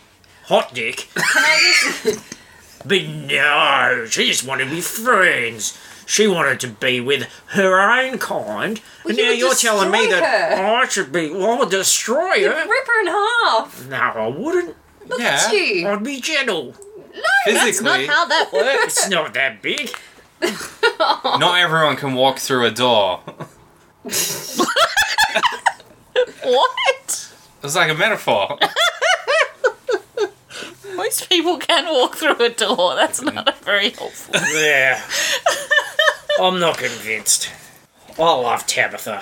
Speaker 2: hot dick.
Speaker 5: Can I just
Speaker 2: But no, she just wanted to be friends. She wanted to be with her own kind. and
Speaker 5: you
Speaker 2: now
Speaker 5: would
Speaker 2: you're telling me
Speaker 5: destroy
Speaker 2: that
Speaker 5: her.
Speaker 2: I should be. Well, I would destroy her.
Speaker 5: rip her in half?
Speaker 2: No, I wouldn't.
Speaker 4: yeah,
Speaker 5: It's you.
Speaker 2: I'd be gentle.
Speaker 3: That's not
Speaker 4: physically,
Speaker 3: how that works.
Speaker 2: It's not that big.
Speaker 4: not everyone can walk through a door.
Speaker 3: what?
Speaker 4: It's like a metaphor.
Speaker 3: Most people can walk through a door. That's not a very helpful.
Speaker 2: Yeah. I'm not convinced. I love Tabitha.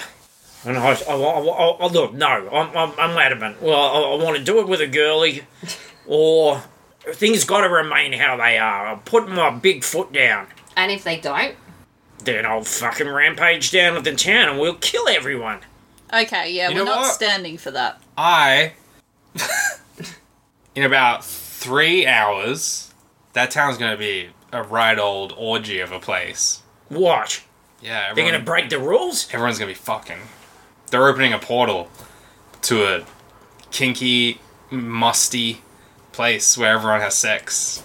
Speaker 2: And I, I, I, I, I- look, no, I'm, I'm, I'm adamant. Well, I, I want to do it with a girly, or things got to remain how they are. I'm putting my big foot down.
Speaker 5: And if they don't,
Speaker 2: then I'll fucking rampage down at the town and we'll kill everyone.
Speaker 3: Okay, yeah,
Speaker 4: You
Speaker 3: we're
Speaker 4: know
Speaker 3: not
Speaker 4: what?
Speaker 3: standing for that.
Speaker 4: I, in about three hours, that town's going to be a right old orgy of a place.
Speaker 2: What?
Speaker 4: Yeah,
Speaker 2: They're
Speaker 4: everyone,
Speaker 2: gonna break the rules?
Speaker 4: everyone's going to be fucking. They're opening a portal to a kinky, musty place where everyone has sex.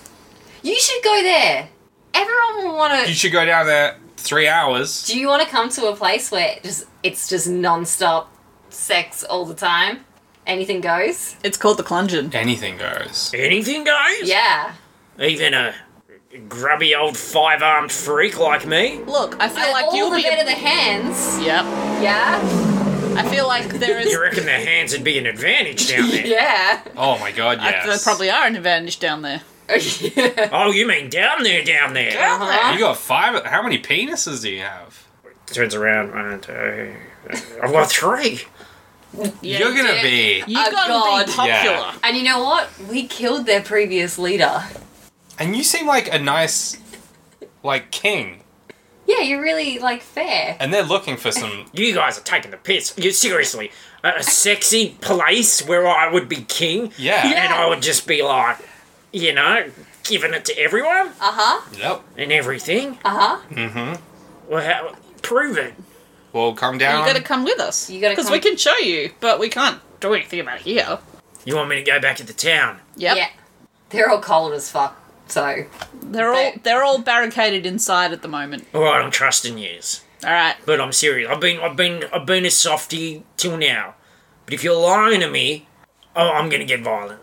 Speaker 5: You should go there. Everyone will want
Speaker 4: You
Speaker 5: to.
Speaker 4: should go down there three hours.
Speaker 5: Do you want to come to a place where it just it's just non-stop sex all the time? Anything goes.
Speaker 3: It's called the Clungeon.
Speaker 4: Anything goes.
Speaker 2: Anything goes?
Speaker 5: Yeah.
Speaker 2: Even a grubby old five armed freak like me?
Speaker 3: Look, I feel like
Speaker 5: all
Speaker 3: you'll
Speaker 5: the
Speaker 3: be.
Speaker 5: better
Speaker 3: A-
Speaker 5: the hands.
Speaker 3: yep.
Speaker 5: Yeah.
Speaker 3: I feel like there is.
Speaker 2: You reckon their hands would be an advantage down there?
Speaker 5: Yeah.
Speaker 4: Oh my god,
Speaker 3: I-
Speaker 4: yes.
Speaker 3: There probably are an advantage down there.
Speaker 2: Oh, you mean down there, down there?
Speaker 5: Uh-huh.
Speaker 4: You got five. How many penises do you have?
Speaker 2: Turns around, one, two. I've got three.
Speaker 3: Yeah,
Speaker 4: You're gonna
Speaker 5: dick.
Speaker 4: be.
Speaker 3: You
Speaker 5: Oh,
Speaker 3: gotta
Speaker 5: God.
Speaker 3: be popular.
Speaker 4: Yeah.
Speaker 5: And you know what? We killed their previous leader.
Speaker 4: And you seem like a nice, like king.
Speaker 5: Yeah, you're really like fair.
Speaker 4: And they're looking for some.
Speaker 2: You guys are taking the piss. You seriously, a, a sexy place where I would be king,
Speaker 4: Yeah.
Speaker 5: Yeah.
Speaker 2: and I would just be like, you know, giving it to everyone
Speaker 5: Uh huh.
Speaker 4: Yep.
Speaker 2: and everything.
Speaker 5: Uh huh.
Speaker 2: Well, how, prove it.
Speaker 4: Well, come down.
Speaker 3: You gotta come with us.
Speaker 5: Um, You gotta
Speaker 3: Because
Speaker 5: come-
Speaker 3: we can show you, but we can't do anything about here.
Speaker 2: You want me to go back to the town?
Speaker 3: Yep.
Speaker 5: Yeah. They're all cold as fuck. So
Speaker 3: They're all
Speaker 5: They-
Speaker 3: they're all barricaded inside at the moment.
Speaker 2: All right, I'm trusting yous,
Speaker 3: All right.
Speaker 2: but I'm serious. I've been, I've been, I've been a softy till now. But if you're lying to me, oh, I'm gonna get violent.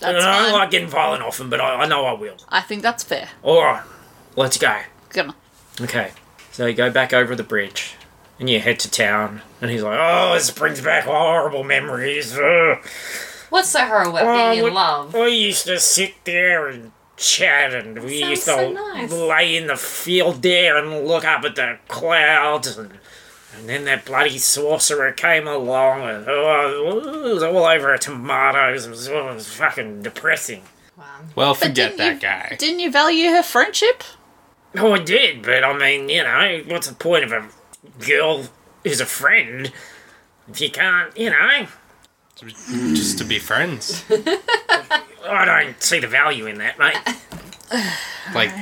Speaker 2: And
Speaker 3: That's
Speaker 2: I don't
Speaker 3: fine.
Speaker 2: like getting violent often, but I, I know I will.
Speaker 3: I think that's fair.
Speaker 2: All right, let's go.
Speaker 3: Come on.
Speaker 2: Okay, so you go back over the bridge, and you head to town. And he's like, "Oh, this brings back horrible memories. Ugh.
Speaker 5: what's so horrible about
Speaker 3: Uh,
Speaker 2: Oh,
Speaker 5: being
Speaker 2: we-
Speaker 5: in love?
Speaker 2: We used to sit there and chat, and we
Speaker 5: Sounds
Speaker 2: used to
Speaker 5: so nice.
Speaker 2: lay in the field there and look up at the clouds." And, and then that bloody sorcerer came along, and oh, it was all over our tomatoes. It was, it was fucking depressing.
Speaker 5: Wow.
Speaker 4: well,
Speaker 3: But
Speaker 4: forget that
Speaker 3: didn't you-
Speaker 4: guy.
Speaker 3: Didn't you value her friendship?
Speaker 2: Oh, I did, but I mean, you know, what's the point of a girl who's a friend if you can't, you know?
Speaker 4: Just to be friends.
Speaker 2: I don't see the value in that, mate. Oh,
Speaker 4: like,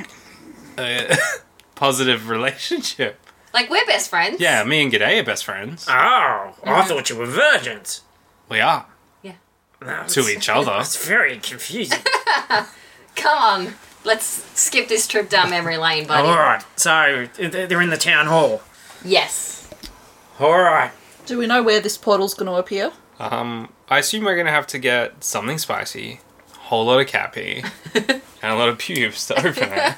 Speaker 4: a positive relationship.
Speaker 5: Like we're best friends.
Speaker 4: Yeah, me and G'day are best friends.
Speaker 2: Oh, I thought you were virgins.
Speaker 4: we are.
Speaker 2: That's,
Speaker 4: To each other.
Speaker 2: That's very confusing.
Speaker 5: Come on. Let's skip this trip down memory lane, buddy.
Speaker 2: All right, so th- they're in the town hall.
Speaker 5: Yes.
Speaker 2: All right.
Speaker 3: Do we know where this portal's gonna appear?
Speaker 4: Um, I assume we're gonna have to get something spicy, whole lot of cappy, and a lot of pubes to open it.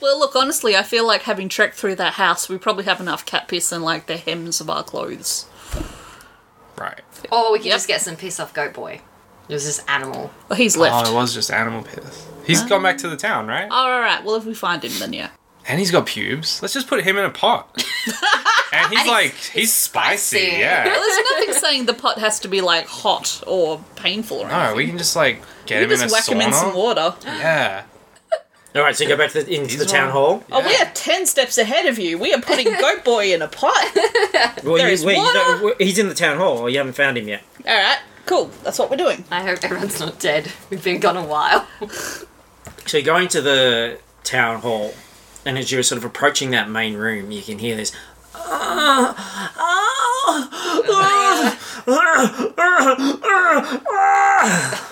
Speaker 3: Well, look, honestly, I feel like having trekked through that house, we probably have enough cat piss in like the hems of our clothes.
Speaker 4: Right.
Speaker 5: Or we can
Speaker 3: Yep.
Speaker 5: just get some piss off Goat Boy. It was this animal.
Speaker 3: Well, he's
Speaker 4: Oh,
Speaker 3: left.
Speaker 4: it was just animal piss. He's gone back to the town, right?
Speaker 3: Oh, all right. Well, if we find him, then yeah.
Speaker 4: And he's got pubes. Let's just put him in a pot. and he's like, he's, spicy.
Speaker 5: spicy.
Speaker 3: Well,
Speaker 4: Yeah.
Speaker 3: there's nothing saying the pot has to be like hot or painful or anything.
Speaker 4: No, we can just like get
Speaker 3: We
Speaker 4: him in
Speaker 3: just
Speaker 4: a
Speaker 3: whack
Speaker 4: sauna.
Speaker 3: him in some water.
Speaker 4: Yeah.
Speaker 2: All right, so you go back to the, into the
Speaker 4: He's
Speaker 2: town
Speaker 4: wrong.
Speaker 2: hall.
Speaker 3: Oh, we
Speaker 4: Yeah.
Speaker 3: are ten steps ahead of you. We are putting Goat Boy in a pot.
Speaker 2: Well,
Speaker 3: There is
Speaker 2: wait,
Speaker 3: water.
Speaker 2: don't- he's in the town hall. Oh, You haven't found him yet.
Speaker 3: All right, cool. That's what we're doing.
Speaker 5: I hope everyone's not dead. We've been gone a while.
Speaker 2: So you're going to the town hall, and as you're sort of approaching that main room, you can hear this. "Ah, ah, ah, ah, ah, ah,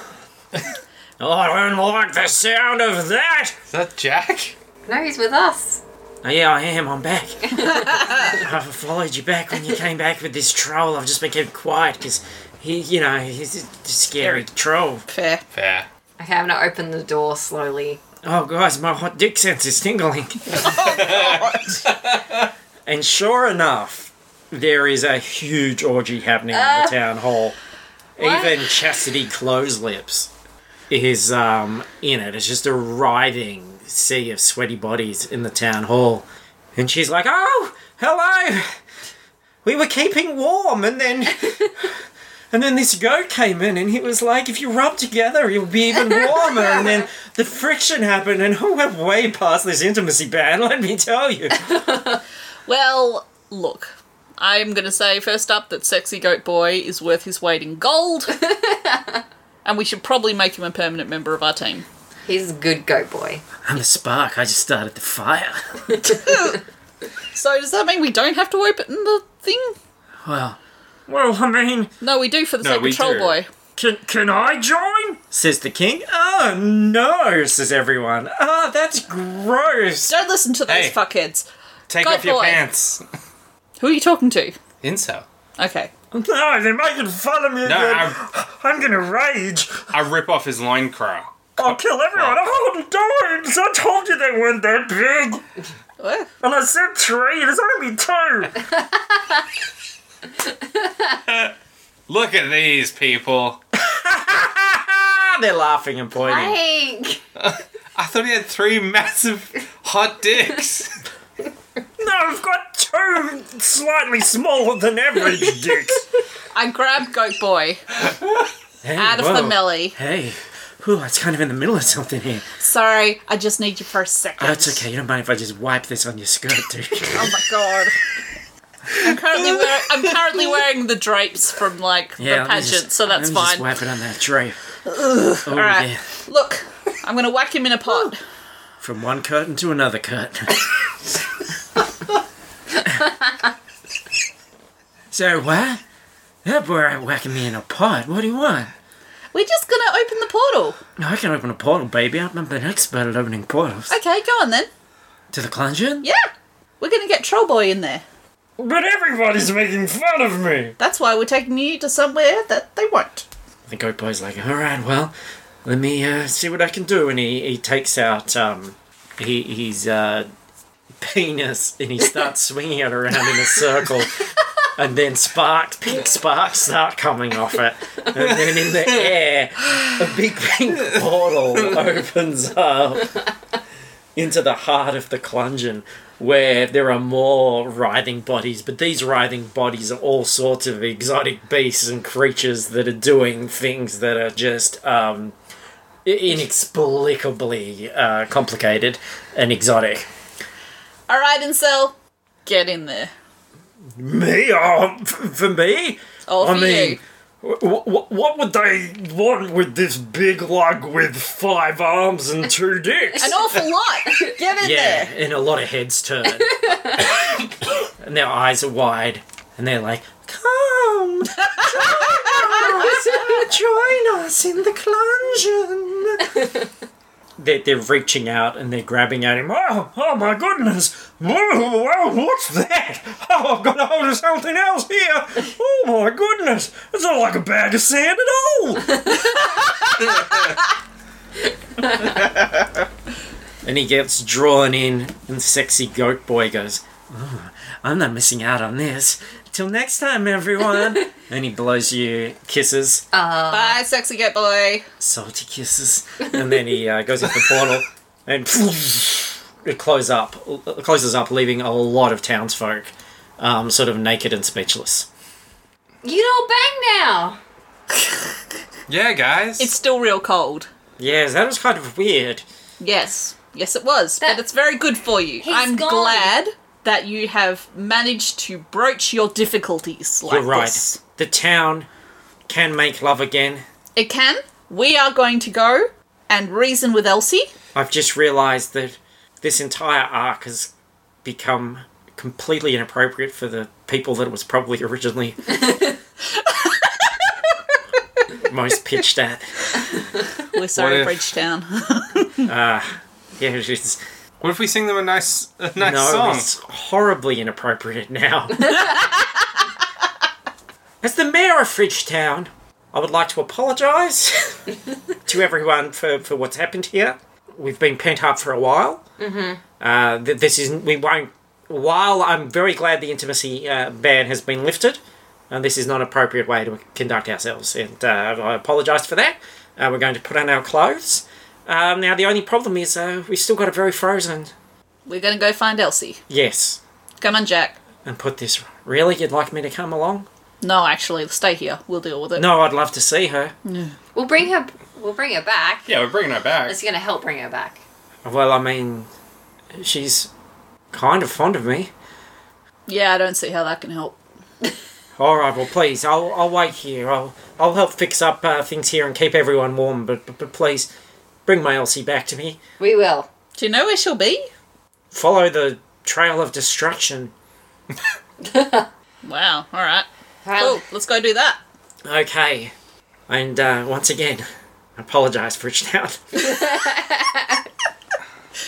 Speaker 2: ah." Oh, I don't like the sound of that.
Speaker 4: Is that Jack?
Speaker 5: No, he's with us.
Speaker 2: Oh, yeah, I am. I'm back. I've followed you back when you came back with this troll. I've just been kept quiet because he, you know, he's a scary troll.
Speaker 3: Fair.
Speaker 4: Fair.
Speaker 5: Okay, I'm gonna open the door slowly.
Speaker 2: Oh, guys, my hot dick sense is tingling. and sure enough, there is a huge orgy happening in the town hall. Even Chastity Clotheslips is um, in it. It's just a writhing sea of sweaty bodies in the town hall. And she's like, oh, hello! We were keeping warm, and then And then this goat came in and he was like, if you rub together, you'll be even warmer. and then the friction happened, and oh, we're way past this intimacy band, let me tell you.
Speaker 3: Well, look. I'm going to say first up that Sexy Goat Boy is worth his weight in gold. and we should probably make him a permanent member of our team.
Speaker 5: He's a good goat boy.
Speaker 2: I'm the spark, I just started the fire.
Speaker 3: So does that mean we don't have to open the thing?
Speaker 2: Well, well, I mean,
Speaker 3: No, we do for the
Speaker 4: No,
Speaker 3: sake
Speaker 4: we
Speaker 3: of Troll
Speaker 4: do.
Speaker 3: Boy.
Speaker 2: Can, can I join? Says the king. Oh no, says everyone. Ah, that's gross.
Speaker 3: Don't listen to those
Speaker 4: Hey.
Speaker 3: fuckheads.
Speaker 4: Take
Speaker 3: Goat
Speaker 4: off your
Speaker 3: boy.
Speaker 4: pants.
Speaker 3: Who are you talking to?
Speaker 4: Inso.
Speaker 3: Okay.
Speaker 2: No, they're making fun of me
Speaker 4: No,
Speaker 2: again.
Speaker 4: I,
Speaker 2: I'm gonna rage.
Speaker 4: I rip off his loin crow.
Speaker 2: I'll kill everyone. Oh, dogs! I told you they weren't that big.
Speaker 3: Well,
Speaker 2: And I said three, there's only two.
Speaker 4: Look at these people.
Speaker 2: Ah, they're laughing and pointing.
Speaker 5: Like,
Speaker 4: I thought he had three massive hot dicks.
Speaker 2: No, I've got two slightly smaller than average dicks.
Speaker 3: I grab Goat Boy
Speaker 2: Hey,
Speaker 3: out of the
Speaker 2: whoa.
Speaker 3: melee.
Speaker 2: Hey, whew, it's kind of in the middle of something here.
Speaker 3: Sorry, I just need you for a second.
Speaker 2: Oh, it's okay. You don't mind if I just wipe this on your skirt, dude.
Speaker 3: Oh my god. I'm currently wearing I'm currently wearing the drapes from like
Speaker 2: Yeah, let
Speaker 3: the
Speaker 2: me
Speaker 3: pageant,
Speaker 2: just-
Speaker 3: so
Speaker 2: let
Speaker 3: that's
Speaker 2: me
Speaker 3: fine.
Speaker 2: Just wipe it on that drape. oh,
Speaker 3: All right.
Speaker 2: yeah.
Speaker 3: Look, I'm gonna whack him in a pot.
Speaker 2: From one curtain to another curtain. so what? That boy ain't whacking me in a pot. What do you want?
Speaker 3: We're just gonna open the portal.
Speaker 2: I can open a portal, baby. I'm an expert at opening portals.
Speaker 3: Okay, go on then.
Speaker 2: To the dungeon?
Speaker 3: Yeah, we're gonna get Troll Boy in there.
Speaker 2: But everybody's making fun of me.
Speaker 3: That's why we're taking you to somewhere that they won't.
Speaker 2: The goat boy's like, all right, well, let me uh, see what I can do. And he, he takes out um, he, his uh, penis and he starts swinging it around in a circle. And then sparks, pink sparks start coming off it. And then in the air, a big pink portal opens up into the heart of the clungeon where there are more writhing bodies, but these writhing bodies are all sorts of exotic beasts and creatures that are doing things that are just um, i- inexplicably uh, complicated and exotic.
Speaker 3: All right, Incel, get in there.
Speaker 2: Me? Oh, f- for me?
Speaker 3: All
Speaker 2: I
Speaker 3: for
Speaker 2: mean,
Speaker 3: you.
Speaker 2: W- what would they want with this big lug with five arms and two dicks?
Speaker 3: An awful lot. Get in
Speaker 2: Yeah,
Speaker 3: there.
Speaker 2: and a lot of heads turn. and their eyes are wide, and they're like, Come! Join us, join us in the clungeon! they're, they're reaching out and they're grabbing at him. Oh, oh my goodness! Whoa, whoa, what's that? Oh, I've got a hold of something else here! Oh my goodness! It's not like a bag of sand at all! and he gets drawn in, and sexy goat boy goes, "Oh, I'm not missing out on this. Till next time, everyone. and he blows you kisses,
Speaker 3: Bye, sexy goat boy.
Speaker 2: salty kisses, and then he uh, goes into the portal and it closes up, closes up, leaving a lot of townsfolk um, sort of naked and speechless.
Speaker 5: you don't bang now.
Speaker 4: Yeah, guys.
Speaker 3: It's still real cold.
Speaker 2: Yes, that was kind of weird.
Speaker 3: Yes, yes, it was.
Speaker 5: That-
Speaker 3: but it's very good for you. I'm
Speaker 5: gone.
Speaker 3: glad that you have managed to broach your difficulties like
Speaker 2: You're right.
Speaker 3: this.
Speaker 2: The town can make love again.
Speaker 3: It can. We are going to go and reason with Elsie.
Speaker 2: I've just realised that this entire arc has become completely inappropriate for the people that it was probably originally most pitched at.
Speaker 3: We're sorry,
Speaker 4: if-
Speaker 3: Bridgetown.
Speaker 2: Yeah, it's just-
Speaker 4: what if we sing them a nice, a nice
Speaker 2: no,
Speaker 4: song?
Speaker 2: it's horribly inappropriate now. As the mayor of Fridgetown, I would like to apologise to everyone for, for what's happened here. We've been pent up for a while. Uh, th- this isn't. We won't. While I'm very glad the intimacy uh, ban has been lifted, and this is not an appropriate way to conduct ourselves, and uh, I apologise for that. Uh, we're going to put on our clothes. Um, now the only problem is uh, we've still got a very frozen.
Speaker 3: We're going to go find Elsie.
Speaker 2: Yes,
Speaker 3: Come on, Jack.
Speaker 2: and put this. Really, you'd like me to come along?
Speaker 3: No, actually, stay here. We'll deal with it.
Speaker 2: No, I'd love to see her.
Speaker 5: We'll bring her. We'll bring her back.
Speaker 4: Yeah, we're bringing her back.
Speaker 5: It's gonna help bring her back.
Speaker 2: Well, I mean, she's kind of fond of me.
Speaker 3: Yeah, I don't see how that can help.
Speaker 2: All right, well, please, I'll, I'll wait here. I'll, I'll help fix up uh, things here and keep everyone warm, but, but, but please bring my Elsie back to me.
Speaker 5: We will.
Speaker 3: Do you know where she'll be?
Speaker 2: Follow the trail of destruction.
Speaker 3: Wow. All right.
Speaker 5: Alright,
Speaker 3: Cool. Let's go do that.
Speaker 2: Okay. And uh, once again, I apologise for Bridgetown.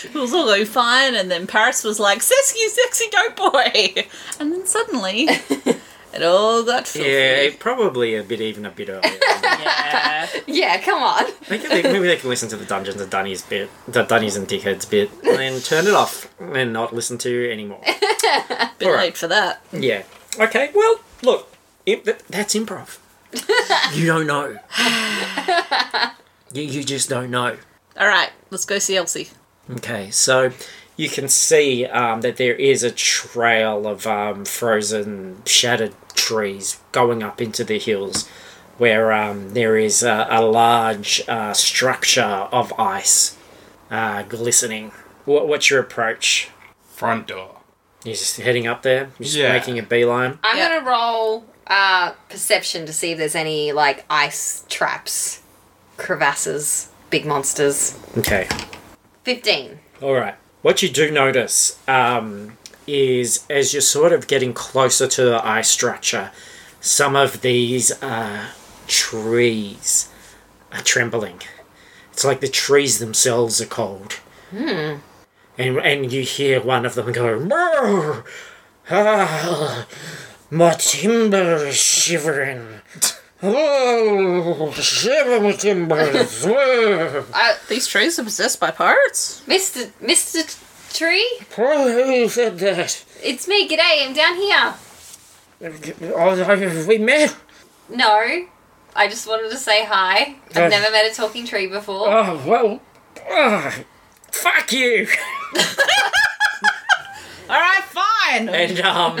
Speaker 3: It was all going fine, and then Paris was like, "Sexy, sexy goat boy," and then suddenly it all got
Speaker 2: yeah,
Speaker 3: filthy.
Speaker 2: it probably a bit even a bit earlier. than-
Speaker 3: Yeah.
Speaker 5: Yeah, come on.
Speaker 2: They can- they- maybe they can listen to the Dungeons and Dunnies bit, the Dunnies and Dickheads bit, and then turn it off and not listen to anymore.
Speaker 3: Been
Speaker 2: Alright.
Speaker 3: late for that.
Speaker 2: Yeah. Okay. Well, look, imp- th- that's improv. you don't know. you, you just don't know.
Speaker 3: All right. Let's go see Elsie.
Speaker 2: Okay, so you can see um, that there is a trail of um, frozen, shattered trees going up into the hills, where um, there is a, a large uh, structure of ice uh, glistening. What, what's your approach?
Speaker 4: Front door.
Speaker 2: You're just heading up there, You're just
Speaker 4: Yeah.
Speaker 2: making a beeline.
Speaker 5: I'm
Speaker 3: Yeah.
Speaker 5: gonna roll uh, perception to see if there's any like ice traps, crevasses, big monsters.
Speaker 2: Okay,
Speaker 5: Fifteen.
Speaker 2: All right. What you do notice um, is as you're sort of getting closer to the eye structure, some of these uh, trees are trembling. It's like the trees themselves are cold. And, and you hear one of them go, "Brr! ah, my timber is shivering. Oh, shiver my timbers. Whoa.
Speaker 5: Uh,
Speaker 3: These trees are possessed by pirates.
Speaker 5: Mr. Mr. Tree,
Speaker 2: Who said that?
Speaker 5: it's me. G'day. I'm down here.
Speaker 2: Oh, we met.
Speaker 5: No, I just wanted to say hi.
Speaker 2: Uh.
Speaker 5: I've never met a talking tree before.
Speaker 2: Oh well. ah, fuck you.
Speaker 3: All right. Fine.
Speaker 2: And um,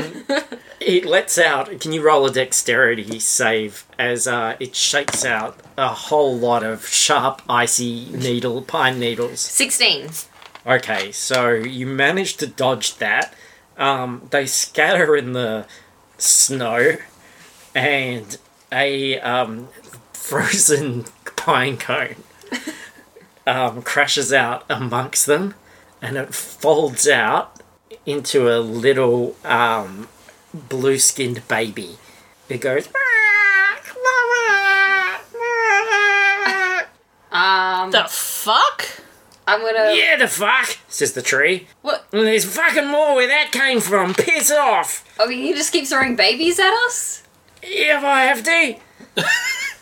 Speaker 2: it lets out. Can you roll a dexterity save as uh, it shakes out a whole lot of sharp, icy needle pine needles?
Speaker 5: Sixteen.
Speaker 2: Okay, so you manage to dodge that. Um, they scatter in the snow, and a um, frozen pine cone um, crashes out amongst them, and it folds out into a little um, blue-skinned baby. It goes.
Speaker 5: Um,
Speaker 3: the fuck?
Speaker 5: I'm gonna.
Speaker 2: Yeah, the fuck says the tree.
Speaker 5: What?
Speaker 2: And there's fucking more where that came from. Piss off.
Speaker 5: Oh, you just keep throwing babies at us?
Speaker 2: If I have to.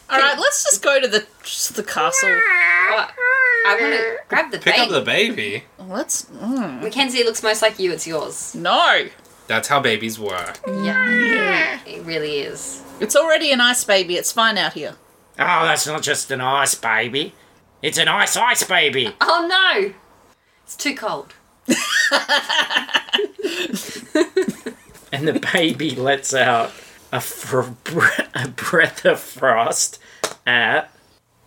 Speaker 3: All right. Let's just go to the to the castle.
Speaker 5: Oh, I'm gonna grab the
Speaker 4: Pick up
Speaker 5: baby.
Speaker 4: the baby.
Speaker 3: Let's. Mm.
Speaker 5: Mackenzie looks most like you. It's yours.
Speaker 3: No.
Speaker 4: That's how babies work.
Speaker 5: Yeah, it really is.
Speaker 3: It's already an ice baby. It's fine out here.
Speaker 2: Oh, that's not just an ice baby. It's an ice ice baby.
Speaker 5: Oh no, it's too cold.
Speaker 2: And the baby lets out a, fr- a breath of frost at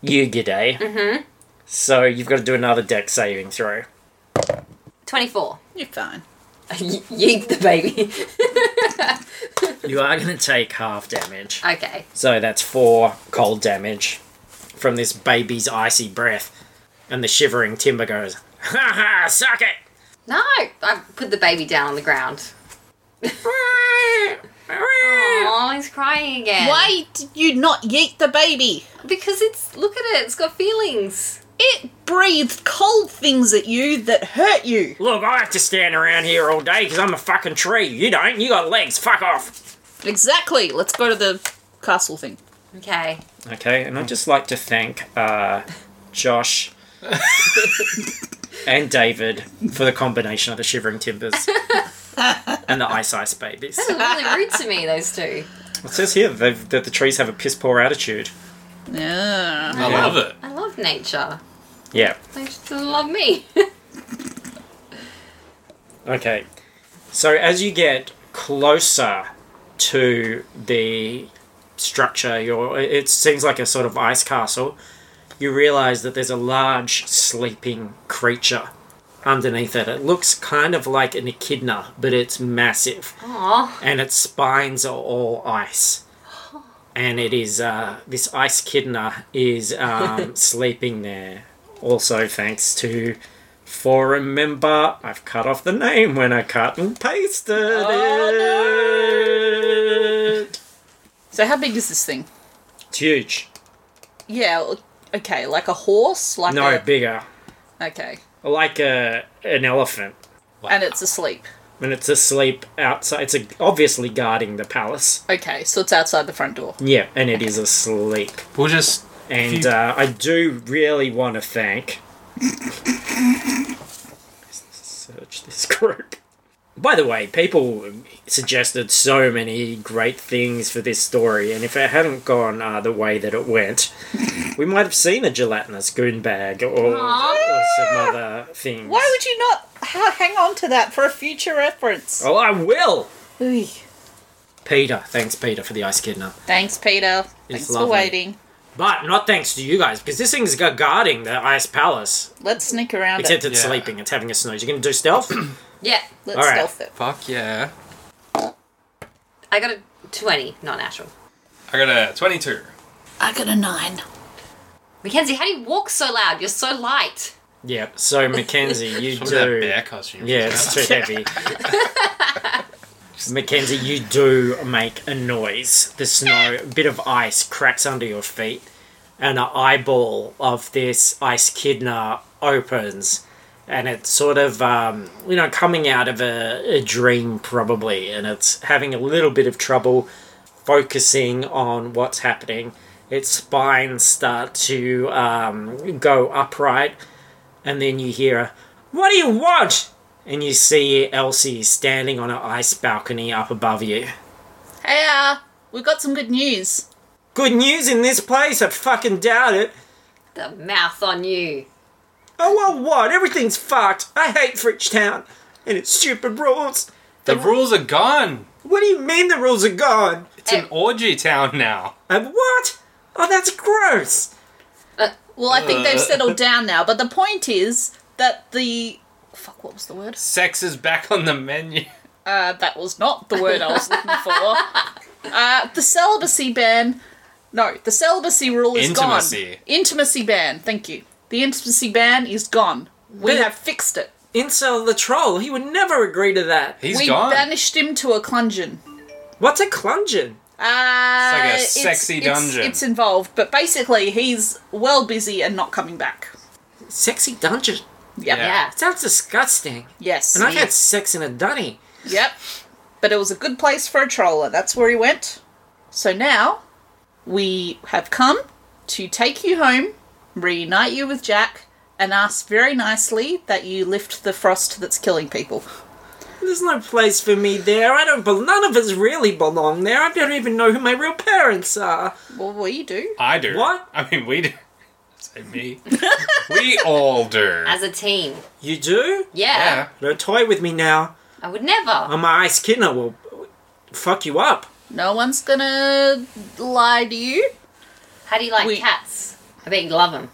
Speaker 2: you, G'day. Mm-hmm. So you've got to do another deck saving throw.
Speaker 5: Twenty-four.
Speaker 3: You're fine.
Speaker 5: Ye- Yeet the baby.
Speaker 2: You are going to take half damage.
Speaker 5: okay.
Speaker 2: So that's four cold damage from this baby's icy breath. And the shivering timber goes, ha ha, suck it!
Speaker 5: No, I put the baby down on the ground. Oh, he's crying again.
Speaker 3: Why did you not yeet the baby?
Speaker 5: Because it's look at it. It's got feelings.
Speaker 3: It breathed cold things at you that hurt you.
Speaker 2: Look, I have to stand around here all day because I'm a fucking tree. You don't. You got legs. Fuck off.
Speaker 3: Exactly. Let's go to the castle thing.
Speaker 5: Okay.
Speaker 2: Okay, and I'd just like to thank uh, Josh and David for the combination of the Shivering Timbers and the Ice Ice Babies.
Speaker 5: They're really rude to me. Those two.
Speaker 2: It says here that that the trees have a piss poor attitude.
Speaker 3: Yeah.
Speaker 4: I
Speaker 2: Yeah.
Speaker 4: love it.
Speaker 5: I love nature.
Speaker 2: Yeah.
Speaker 5: They just love me.
Speaker 2: Okay. So as you get closer to the structure. Your it seems like a sort of ice castle. You realize that there's a large sleeping creature underneath it. It looks kind of like an echidna, but it's massive
Speaker 5: Aw.
Speaker 2: and its spines are all ice. And it is uh, this ice kidna is um, sleeping there. Also, thanks to forum member, I've cut off the name when I cut and pasted it.
Speaker 3: So how big is this thing?
Speaker 2: It's huge.
Speaker 3: Yeah. l- Okay, like a horse, like
Speaker 2: No,
Speaker 3: a,
Speaker 2: bigger.
Speaker 3: okay,
Speaker 2: Like a an elephant,
Speaker 3: and it's asleep.
Speaker 2: and it's asleep outside. It's a, obviously guarding the palace.
Speaker 3: Okay, so it's outside the front door.
Speaker 2: Yeah, and it is asleep.
Speaker 4: We'll just
Speaker 2: And
Speaker 4: you-
Speaker 2: uh, I do really want to thank. Search this group. By the way, people suggested so many great things for this story, and if it hadn't gone uh, the way that it went, we might have seen a gelatinous goon bag or, or some other things.
Speaker 3: Why would you not ha- hang on to that for a future reference?
Speaker 2: Oh, I will!
Speaker 3: Ooh.
Speaker 2: Peter, thanks, Peter, for the ice kidna.
Speaker 3: Thanks, Peter. Thanks
Speaker 2: lovely.
Speaker 3: for waiting.
Speaker 2: But not thanks to you guys, because this thing's gu- guarding the ice palace.
Speaker 3: Let's sneak around
Speaker 2: Except
Speaker 3: it.
Speaker 2: it's
Speaker 4: Yeah.
Speaker 2: sleeping, it's having a snooze. You're going to do stealth?
Speaker 5: Yeah.
Speaker 3: Let's
Speaker 2: All right.
Speaker 3: stealth it.
Speaker 4: fuck yeah.
Speaker 5: I got a 20, not natural.
Speaker 4: I got a twenty-two.
Speaker 3: I got a nine.
Speaker 5: Mackenzie, how do you walk so loud? You're so light.
Speaker 2: Yeah, so Mackenzie, you
Speaker 4: What was that
Speaker 2: do.
Speaker 4: bear costume?
Speaker 2: Yeah, it's too heavy. Mackenzie, you do make a noise. The snow, a bit of ice cracks under your feet, and an eyeball of this ice kidna opens, and it's sort of, um, you know, coming out of a, a dream probably, and it's having a little bit of trouble focusing on what's happening. Its spines start to um, go upright, and then you hear a, What do you want? And you see Elsie standing on an ice balcony up above you.
Speaker 3: Hey, uh, we got some good news.
Speaker 2: Good news in this place, I fucking doubt it.
Speaker 5: The mouth on you.
Speaker 2: Oh, well, what? Everything's fucked. I hate Fridgetown and its stupid rules.
Speaker 4: The rules are gone.
Speaker 2: What do you mean the rules are gone?
Speaker 4: It's an orgy town now.
Speaker 2: And what? Oh, that's gross.
Speaker 3: Well, I think they've
Speaker 4: Uh.
Speaker 3: settled down now, but the point is that the. Fuck, what was the word?
Speaker 4: Sex is back on the menu.
Speaker 3: Uh, that was not the word I was looking for. Uh, the celibacy ban. No, the celibacy rule is
Speaker 4: Intimacy.
Speaker 3: gone. Intimacy ban. Thank you. The intimacy ban is gone. We
Speaker 2: But-
Speaker 3: have fixed it.
Speaker 2: Incel the troll, he would never agree to that.
Speaker 4: He's
Speaker 3: we
Speaker 4: gone.
Speaker 3: banished him to a clungeon.
Speaker 2: What's a clungeon?
Speaker 3: Uh,
Speaker 4: like a sexy
Speaker 3: it's-
Speaker 4: dungeon.
Speaker 3: It's involved, but basically he's well busy and not coming back.
Speaker 2: Sexy dungeon.
Speaker 3: Yep.
Speaker 4: Yeah.
Speaker 5: Yeah.
Speaker 2: Sounds disgusting.
Speaker 3: Yes.
Speaker 2: And I've
Speaker 3: he-
Speaker 2: had sex in a dunny.
Speaker 3: Yep. But it was a good place for a troller. That's where he went. So now we have come to take you home, reunite you with Jack, and ask very nicely that you lift the frost that's killing people.
Speaker 2: There's no place for me there. I don't. Bel- none of us really belong there. I don't even know who my real parents are.
Speaker 3: Well, we do.
Speaker 4: I do.
Speaker 2: What?
Speaker 4: I mean, we do. Say me. we all do.
Speaker 5: As a team.
Speaker 2: You do?
Speaker 5: Yeah.
Speaker 4: yeah.
Speaker 2: Don't toy with me now.
Speaker 5: I would never.
Speaker 2: I'm an ice kidna. Will fuck you up.
Speaker 3: No one's gonna lie to you.
Speaker 5: how do you like
Speaker 3: we-
Speaker 5: cats? I bet you love them.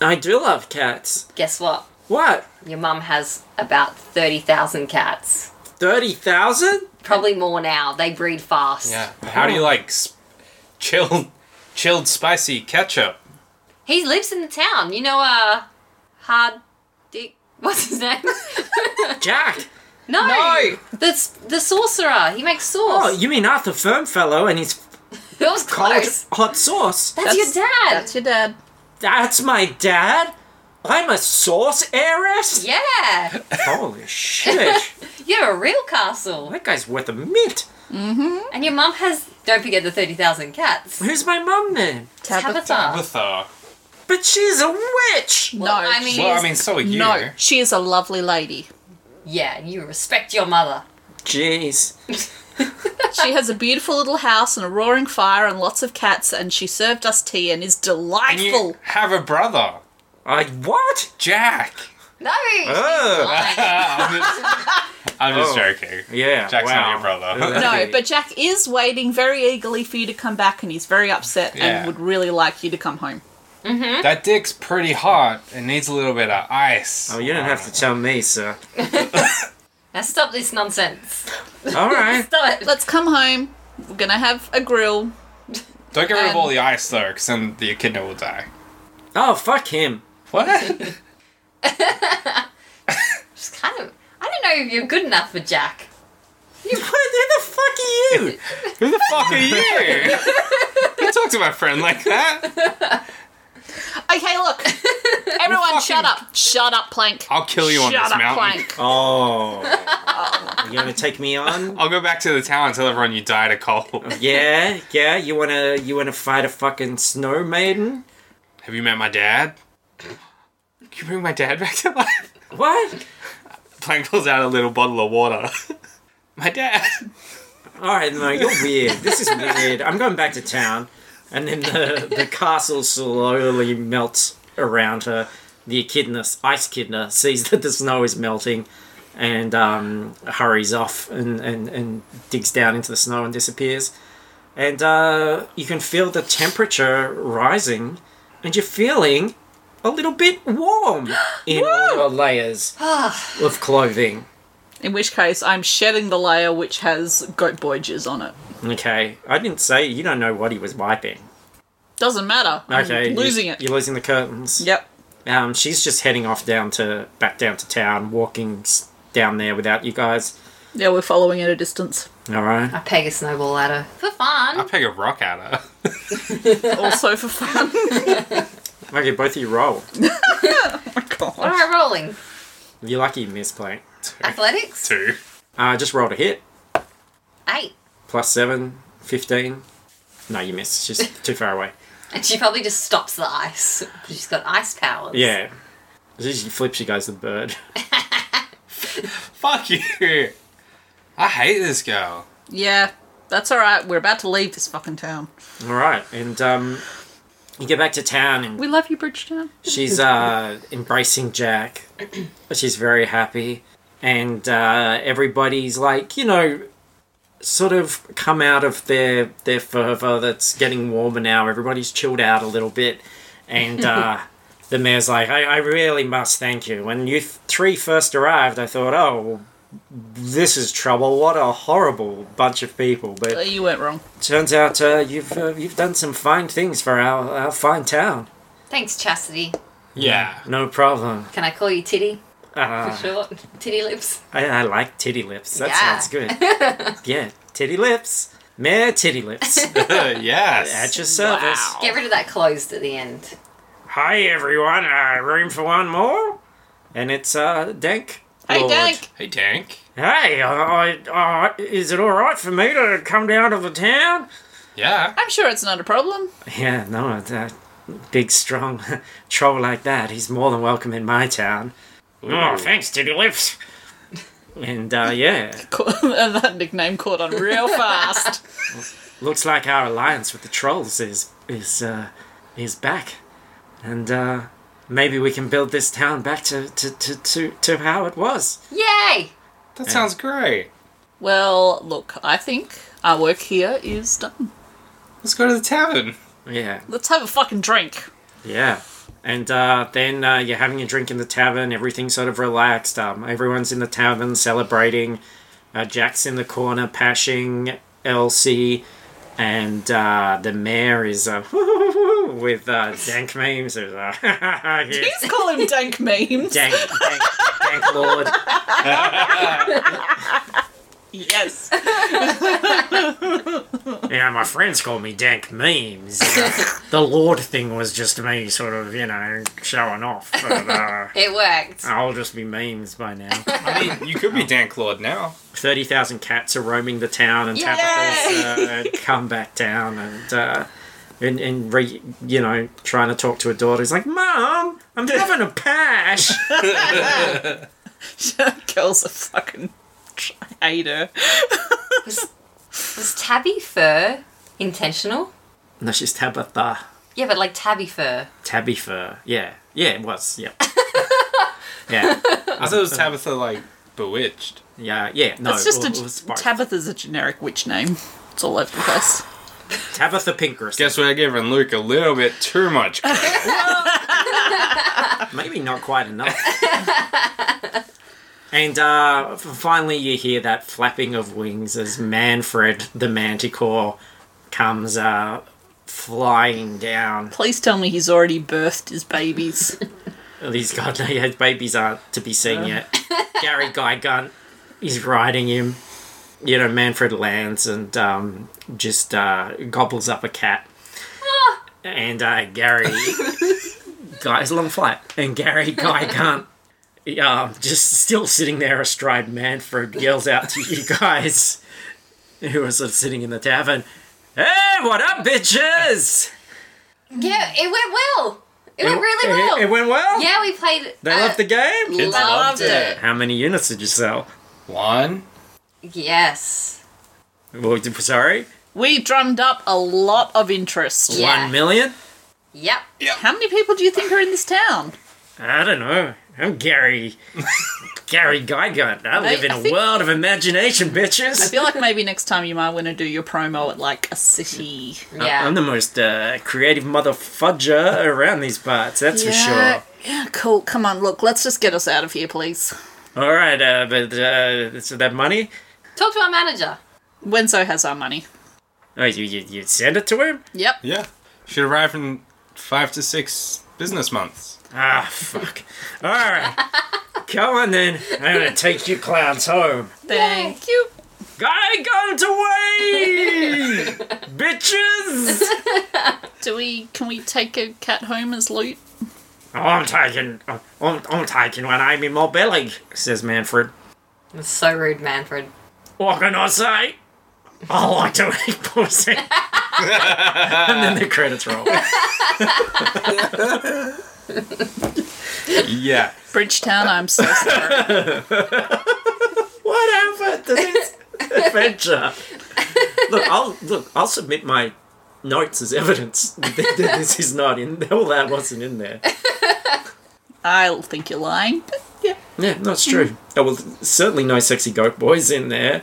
Speaker 2: I do love cats.
Speaker 5: Guess what?
Speaker 2: What?
Speaker 5: Your mum has about 30,000 cats.
Speaker 2: Thirty thousand?
Speaker 5: Probably more now. They breed fast.
Speaker 4: Yeah. How do you like sp- chilled, chilled spicy ketchup?
Speaker 5: He lives in the town. You know, uh, Hard Dick. What's his name?
Speaker 2: Jack.
Speaker 5: no.
Speaker 3: No.
Speaker 5: The, s- the sorcerer. He makes sauce.
Speaker 2: Oh, you mean Arthur Firmfellow and his
Speaker 5: That was
Speaker 2: college
Speaker 5: close.
Speaker 2: hot sauce?
Speaker 5: That's, your dad.
Speaker 3: That's your dad.
Speaker 2: That's my dad. I'm a sauce heiress.
Speaker 5: yeah.
Speaker 2: Holy shit!
Speaker 5: You're a real castle.
Speaker 2: that guy's worth a mint.
Speaker 5: And your mum has, don't forget the 30,000 cats.
Speaker 2: Who's my mum then?
Speaker 5: Tabitha.
Speaker 4: Tabitha.
Speaker 2: But she's a witch.
Speaker 3: No,
Speaker 5: Well, I mean-
Speaker 3: she-
Speaker 4: uh, Well, I
Speaker 5: She's-
Speaker 4: mean, so are you.
Speaker 3: no, she is a lovely lady.
Speaker 5: Yeah, you respect your mother.
Speaker 2: Jeez.
Speaker 3: She has a beautiful little house and a roaring fire and lots of cats, and she served us tea and is
Speaker 4: And
Speaker 3: delightful.
Speaker 4: you have a brother,
Speaker 2: I what?
Speaker 4: Jack.
Speaker 5: No, she's
Speaker 2: Ah.
Speaker 5: lying.
Speaker 4: I'm just, I'm just
Speaker 2: Oh.
Speaker 4: joking.
Speaker 2: Yeah.
Speaker 4: Jack's
Speaker 2: wow.
Speaker 4: not your brother.
Speaker 3: No, but Jack is waiting very eagerly for you to come back, and he's very upset
Speaker 4: Yeah.
Speaker 3: and would really like you to come home.
Speaker 4: that dick's pretty hot. It needs a little bit of ice.
Speaker 2: Oh, you don't have to tell me, sir.
Speaker 5: Now stop this nonsense.
Speaker 2: All right.
Speaker 5: Stop it.
Speaker 3: Let's come home. We're gonna have a grill.
Speaker 4: Don't get rid of all
Speaker 3: Um,
Speaker 4: the ice though, because then the echidna will die.
Speaker 2: Oh, fuck him.
Speaker 4: What?
Speaker 5: She's kind of. I don't know if you're good enough for Jack.
Speaker 2: You, who the fuck are you?
Speaker 4: Who the fuck are you? Don't talk to my friend like that.
Speaker 3: Okay, look, everyone, shut up, shut up, Plank.
Speaker 4: I'll kill you on
Speaker 3: shut
Speaker 4: this
Speaker 3: up,
Speaker 4: mountain.
Speaker 3: Plank.
Speaker 2: Oh. you gonna take me on?
Speaker 4: I'll go back to the town and tell everyone you died of cold.
Speaker 2: Yeah, yeah. You wanna you wanna fight a fucking snow maiden?
Speaker 4: Have you met my dad? Can you bring my dad back to life?
Speaker 2: What?
Speaker 4: Plank pulls out a little bottle of water. my dad.
Speaker 2: All right, no, you're weird. This is weird. I'm going back to town, and then the the castle slowly melts around her. The echidna, ice echidna, sees that the snow is melting, and um, hurries off and, and and digs down into the snow and disappears. And uh, you can feel the temperature rising, and you're feeling a little bit warm in all your layers of clothing.
Speaker 3: In which case, I'm shedding the layer which has goat boy jizz on it.
Speaker 2: Okay, I didn't say you don't know what he was wiping.
Speaker 3: Doesn't matter. I'm
Speaker 2: Okay, you-
Speaker 3: losing it.
Speaker 2: You're losing the curtains.
Speaker 3: Yep.
Speaker 2: Um, she's just heading off down to back down to town, walking s- down there without you guys.
Speaker 3: Yeah, we're following at a distance.
Speaker 2: All right.
Speaker 5: I peg a snowball at her for
Speaker 4: I
Speaker 5: fun.
Speaker 4: peg a rock at her.
Speaker 3: Also for fun.
Speaker 2: Okay, both of you roll.
Speaker 4: Oh
Speaker 5: What am I rolling?
Speaker 2: You're lucky, Miss Plank.
Speaker 5: Athletics.
Speaker 4: Two.
Speaker 2: Uh, just rolled a hit.
Speaker 5: Eight.
Speaker 2: Plus seven, 15. No, you missed. She's too far away.
Speaker 5: And she probably just stops the ice. She's got ice powers.
Speaker 2: Yeah. She she flips, she goes the bird.
Speaker 4: Fuck you. I hate this girl.
Speaker 3: yeah, that's all right. We're about to leave this fucking town.
Speaker 2: All right, and um, you get back to town, and
Speaker 3: We love you, Bridgetown.
Speaker 2: She's uh, embracing Jack. She's very happy. And uh, everybody's like, you know, sort of come out of their, their fervor that's getting warmer now. Everybody's chilled out a little bit. And uh, the mayor's like, I, I really must thank you. When you th- three first arrived, I thought, oh, this is trouble. What a horrible bunch of people.
Speaker 3: Uh,
Speaker 2: But
Speaker 3: You weren't wrong.
Speaker 2: turns out uh, you've, uh, you've done some fine things for our, our fine town.
Speaker 5: Thanks, Chastity.
Speaker 4: Yeah.
Speaker 2: No problem.
Speaker 5: Can I call you Titty for
Speaker 2: Uh,
Speaker 5: short? Titty lips.
Speaker 2: I, I like titty lips. That
Speaker 5: Yeah.
Speaker 2: sounds good. yeah, titty lips. Mere titty lips. At
Speaker 4: yes.
Speaker 2: your service.
Speaker 3: Wow.
Speaker 5: Get rid of that closed at the end.
Speaker 2: Hi, everyone. Uh, room for one more? And it's uh, Dank.
Speaker 3: Hey,
Speaker 2: Lord.
Speaker 3: Dank.
Speaker 4: Hey, Dank.
Speaker 2: Hey, I, I, uh, is it alright for me to come down to the town?
Speaker 4: Yeah.
Speaker 3: I'm sure it's not a problem.
Speaker 2: Yeah, no, that big, strong troll like that, he's more than welcome in my town. Oh, thanks, titty lips. And uh, yeah,
Speaker 3: and that nickname caught on real fast.
Speaker 2: looks like our alliance with the trolls is is uh, is back, and uh, maybe we can build this town back to to, to, to, to how it was.
Speaker 5: Yay!
Speaker 4: That sounds great.
Speaker 3: well, look, I think our work here is done.
Speaker 4: Let's go to the tavern.
Speaker 2: Yeah,
Speaker 3: Let's have a fucking drink.
Speaker 2: yeah. And uh, then uh, you're having a drink in the tavern. Everything's sort of relaxed. Um, everyone's in the tavern celebrating. Uh, Jack's in the corner pashing Elsie, and uh, the mayor is uh, with uh, dank memes. There's, uh, yeah.
Speaker 3: Please call him Dank Memes.
Speaker 2: Dank, dank, dank lord.
Speaker 3: Yes.
Speaker 2: You know, my friends call me Dank Memes. the Lord thing was just me sort of, you know, showing off. But, uh,
Speaker 5: It worked.
Speaker 2: I'll just be memes by now.
Speaker 4: I mean, you could be Dank Lord now.
Speaker 2: 30,000 cats are roaming the town and
Speaker 5: Yay!
Speaker 2: Tabitha's uh, come back down and, uh, and, and re, you know, trying to talk to her daughter. He's like, Mom, I'm having a pash.
Speaker 3: Girls are fucking. I hate her.
Speaker 5: Was tabby fur intentional?
Speaker 2: no, she's Tabitha.
Speaker 5: Yeah, but like tabby fur.
Speaker 2: Tabby fur. Yeah. Yeah, it was. Yep. Yeah.
Speaker 4: I thought it was Tabitha, like, bewitched.
Speaker 2: Yeah, yeah, no.
Speaker 3: It's just
Speaker 2: it
Speaker 3: a
Speaker 2: was both.
Speaker 3: Tabitha's a generic witch name. It's all over the place.
Speaker 2: Tabitha Pinkress.
Speaker 4: Guess we're giving Luke a little bit too much. credit.
Speaker 2: Maybe not quite enough. and uh, f- finally, you hear that flapping of wings as Manfred the Manticore comes uh, flying down.
Speaker 3: Please tell me he's already birthed his babies.
Speaker 2: These god his babies aren't to be seen yet. Gary Gygunt is riding him. You know, Manfred lands and um, just uh, gobbles up a cat.
Speaker 5: Ah.
Speaker 2: and uh, Gary. Guy, it's a long flight. And Gary Gygunt, um, just still sitting there astride Manfred, yells out to you guys, who are sort of sitting in the tavern, Hey, what up, bitches?
Speaker 5: Yeah, it went well. It, went really
Speaker 2: it,
Speaker 5: well.
Speaker 2: It went well?
Speaker 5: yeah, we played. uh,
Speaker 2: They loved the game?
Speaker 4: Kids
Speaker 5: Loved it.
Speaker 2: How many units did you sell?
Speaker 4: One.
Speaker 5: Yes.
Speaker 2: Well, d- sorry,
Speaker 3: we drummed up a lot of interest.
Speaker 5: Yeah.
Speaker 2: one million?
Speaker 5: Yep.
Speaker 3: How many people do you think are in this town?
Speaker 2: I don't know. I'm Gary. Gary Gygunt. I live in
Speaker 3: I
Speaker 2: a
Speaker 3: think-
Speaker 2: world of imagination, bitches.
Speaker 3: I feel like maybe next time you might want to do your promo at like a city.
Speaker 5: Yeah.
Speaker 2: I'm the most uh, creative motherfudger around these parts, that's for
Speaker 3: Yeah, cool. Come on, look, let's just get us out of here, please.
Speaker 2: sure. All right, uh, but uh, so that money,
Speaker 5: Talk to our manager.
Speaker 3: Wenzo has our money.
Speaker 2: oh, you, you you send it to him?
Speaker 3: Yep.
Speaker 4: Yeah. Should arrive in five to six business months.
Speaker 2: Ah, fuck. All right, come on then. I'm gonna take you clowns home.
Speaker 3: Thank you.
Speaker 2: Gygunt away, bitches.
Speaker 3: Do we? Can we take a cat home as loot?
Speaker 2: I'm taking, I'm, I'm taking one aim in my belly, says Manfred.
Speaker 5: That's so rude, Manfred.
Speaker 2: What can I say? Oh, I like to eat pussy. and then the credits roll.
Speaker 4: Yeah.
Speaker 3: Bridgetown, I'm so sorry.
Speaker 2: what happened to this adventure? look, I'll look. I'll submit my notes as evidence that this is not in. All that wasn't in there.
Speaker 3: I think you're lying. but yeah.
Speaker 2: Yeah, that's true. There was Oh, certainly no sexy goat boys in there.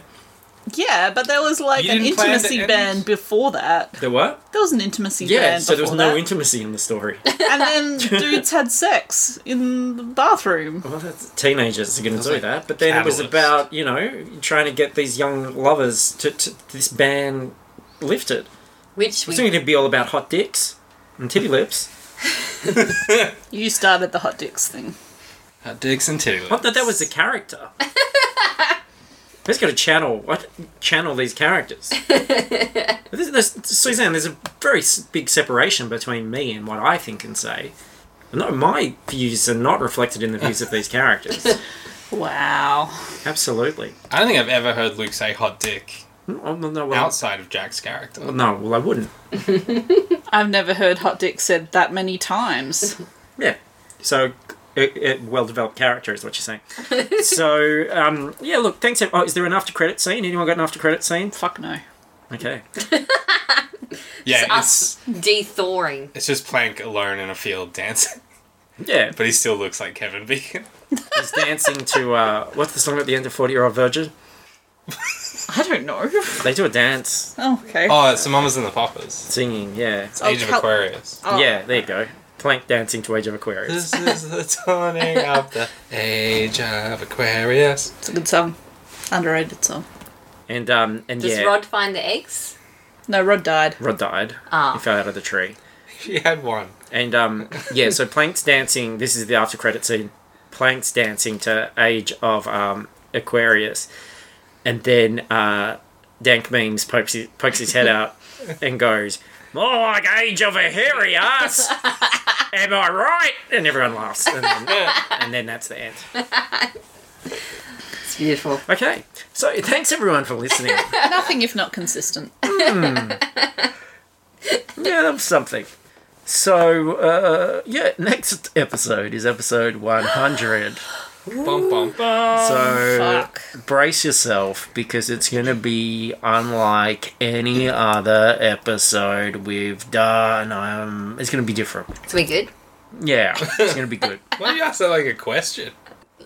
Speaker 3: Yeah, but there was like
Speaker 4: You
Speaker 3: an
Speaker 4: didn't plan to
Speaker 3: intimacy
Speaker 4: end-
Speaker 3: ban before that.
Speaker 2: There were.
Speaker 3: There was an intimacy
Speaker 2: Yeah,
Speaker 3: ban.
Speaker 2: so there was
Speaker 3: before
Speaker 2: no
Speaker 3: that.
Speaker 2: intimacy in the story.
Speaker 3: And then dudes had sex in the bathroom.
Speaker 2: Well, that's, teenagers are going to do
Speaker 4: like
Speaker 2: that. But then it was
Speaker 4: catalyst.
Speaker 2: about, you know, trying to get these young lovers to, to this ban lifted.
Speaker 5: Which
Speaker 2: It's
Speaker 5: we
Speaker 2: going to be all about hot dicks and titty lips.
Speaker 3: You started the hot dicks thing.
Speaker 4: Hot dicks and titty lips.
Speaker 2: Not that that was a character. Let's go to channel. What channel these characters? There's- there's- Suzanne, there's a very s- big separation between me and what I think and say. No, my views are not reflected in the views of these characters.
Speaker 3: Wow.
Speaker 2: Absolutely.
Speaker 4: I don't think I've ever heard Luke say hot dick
Speaker 2: No, no, well,
Speaker 4: outside of Jack's character.
Speaker 2: no, well, I wouldn't.
Speaker 3: I've never heard hot dick said that many times.
Speaker 2: Yeah. So, it, it, well-developed character is what you're saying. so, um, yeah. Look, thanks. ev- Oh, is there an after-credit scene? Anyone got an after-credit scene?
Speaker 3: Fuck no.
Speaker 2: Okay.
Speaker 4: Yeah,
Speaker 5: us
Speaker 4: it's,
Speaker 5: dethawing.
Speaker 4: it's just Plank alone in a field dancing.
Speaker 2: Yeah,
Speaker 4: But he still looks like Kevin Bacon.
Speaker 2: he's dancing to uh, what's the song at the end of Forty Year Old Virgin?
Speaker 3: I don't know.
Speaker 2: They do a dance,
Speaker 3: Oh, okay.
Speaker 4: Oh, it's the Mamas and the Papas.
Speaker 2: singing. Yeah,
Speaker 3: Oh,
Speaker 4: Age of
Speaker 3: cal-
Speaker 4: Aquarius.
Speaker 3: Oh.
Speaker 2: yeah. There you go. Plank dancing to Age of Aquarius.
Speaker 4: This is the dawning of the Age of Aquarius.
Speaker 3: It's a good song. Underrated song.
Speaker 2: And um and
Speaker 5: Does
Speaker 2: yeah, Rod,
Speaker 5: Rod find the eggs?
Speaker 3: No, Rod died.
Speaker 2: died.
Speaker 5: Ah.
Speaker 2: He fell out of the tree.
Speaker 4: She had one.
Speaker 2: And um yeah, so Plank's dancing. This is the after credit scene. Plank's dancing to Age of um, Aquarius, and then uh, Dank memes pokes his, pokes his head out and goes more like Age of a hairy ass. Am I right? And everyone laughs, and then, and then that's the end.
Speaker 5: It's beautiful.
Speaker 2: Okay, so thanks everyone for listening.
Speaker 3: Nothing if not consistent.
Speaker 2: yeah, that was something. So uh, yeah, next episode is episode one hundred.
Speaker 4: Bum bum bum.
Speaker 2: so
Speaker 3: Oh, Fuck.
Speaker 2: brace yourself because it's going to be unlike any other episode we've done. Um, it's going to be different.
Speaker 5: So we good?
Speaker 2: Yeah, it's going to be good.
Speaker 4: Why do you ask that like a question?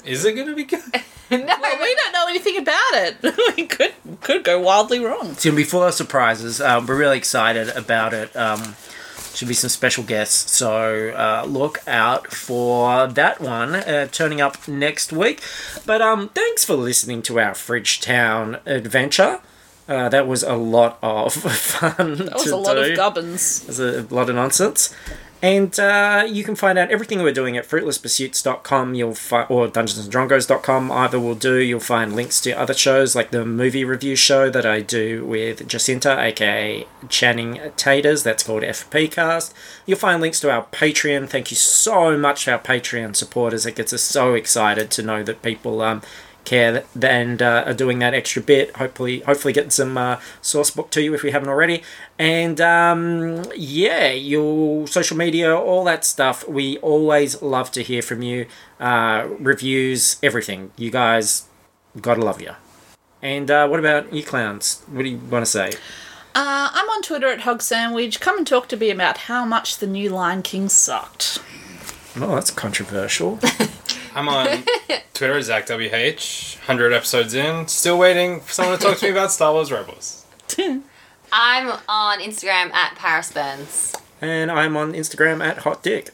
Speaker 4: Is it gonna be good?
Speaker 3: Well, we don't know anything about it. we could could go wildly wrong.
Speaker 2: It's going to be full of surprises. Um, we're really excited about it. Um, should be some special guests. So uh, look out for that one uh, turning up next week. But um, thanks for listening to our Fridgetown adventure. Uh, that was a lot of fun.
Speaker 3: That was a lot of gubbins.
Speaker 2: There's a lot of nonsense. And uh, you can find out everything we're doing at fruitlesspursuits.com you'll fi- or dungeonsanddrongos.com. Either will do. You'll find links to other shows like the movie review show that I do with Jacinta, aka Channing Taters. That's called FP Cast. You'll find links to our Patreon. Thank you so much to our Patreon supporters. It gets us so excited to know that people um, care th- and uh, are doing that extra bit. Hopefully, hopefully getting some uh, source book to you if we haven't already. And um, yeah, your social media, all that stuff. We always love to hear from you. Uh, reviews, everything. You guys, gotta love you. And uh, what about you clowns? What do you want to say?
Speaker 3: Uh, I'm on Twitter at Hog Sandwich. Come and talk to me about how much the new Lion King sucked.
Speaker 2: Oh, that's controversial.
Speaker 4: I'm on Twitter, ZachWH, 100 episodes in, still waiting for someone to talk to me about Star Wars Rebels.
Speaker 5: I'm on Instagram at Paris Burns.
Speaker 2: and I'm on Instagram at Hot Dick.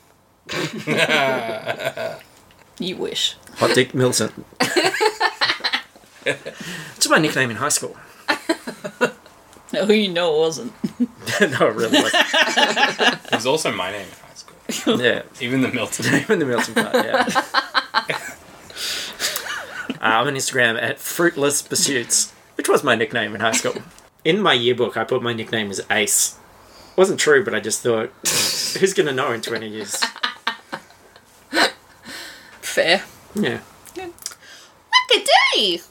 Speaker 3: You wish.
Speaker 2: Hot Dick Milton. It's my nickname in high school.
Speaker 3: No, you know it wasn't.
Speaker 2: no, it really. wasn't.
Speaker 4: It was also my name in high school.
Speaker 2: Yeah.
Speaker 4: Even the Milton.
Speaker 2: Even the Milton part, yeah. uh, I'm on Instagram at Fruitless Pursuits, which was my nickname in high school. In my yearbook, I put my nickname as Ace. Wasn't true, but I just thought, who's going to know in 20 years?
Speaker 3: Fair.
Speaker 2: Yeah.
Speaker 3: Look at day.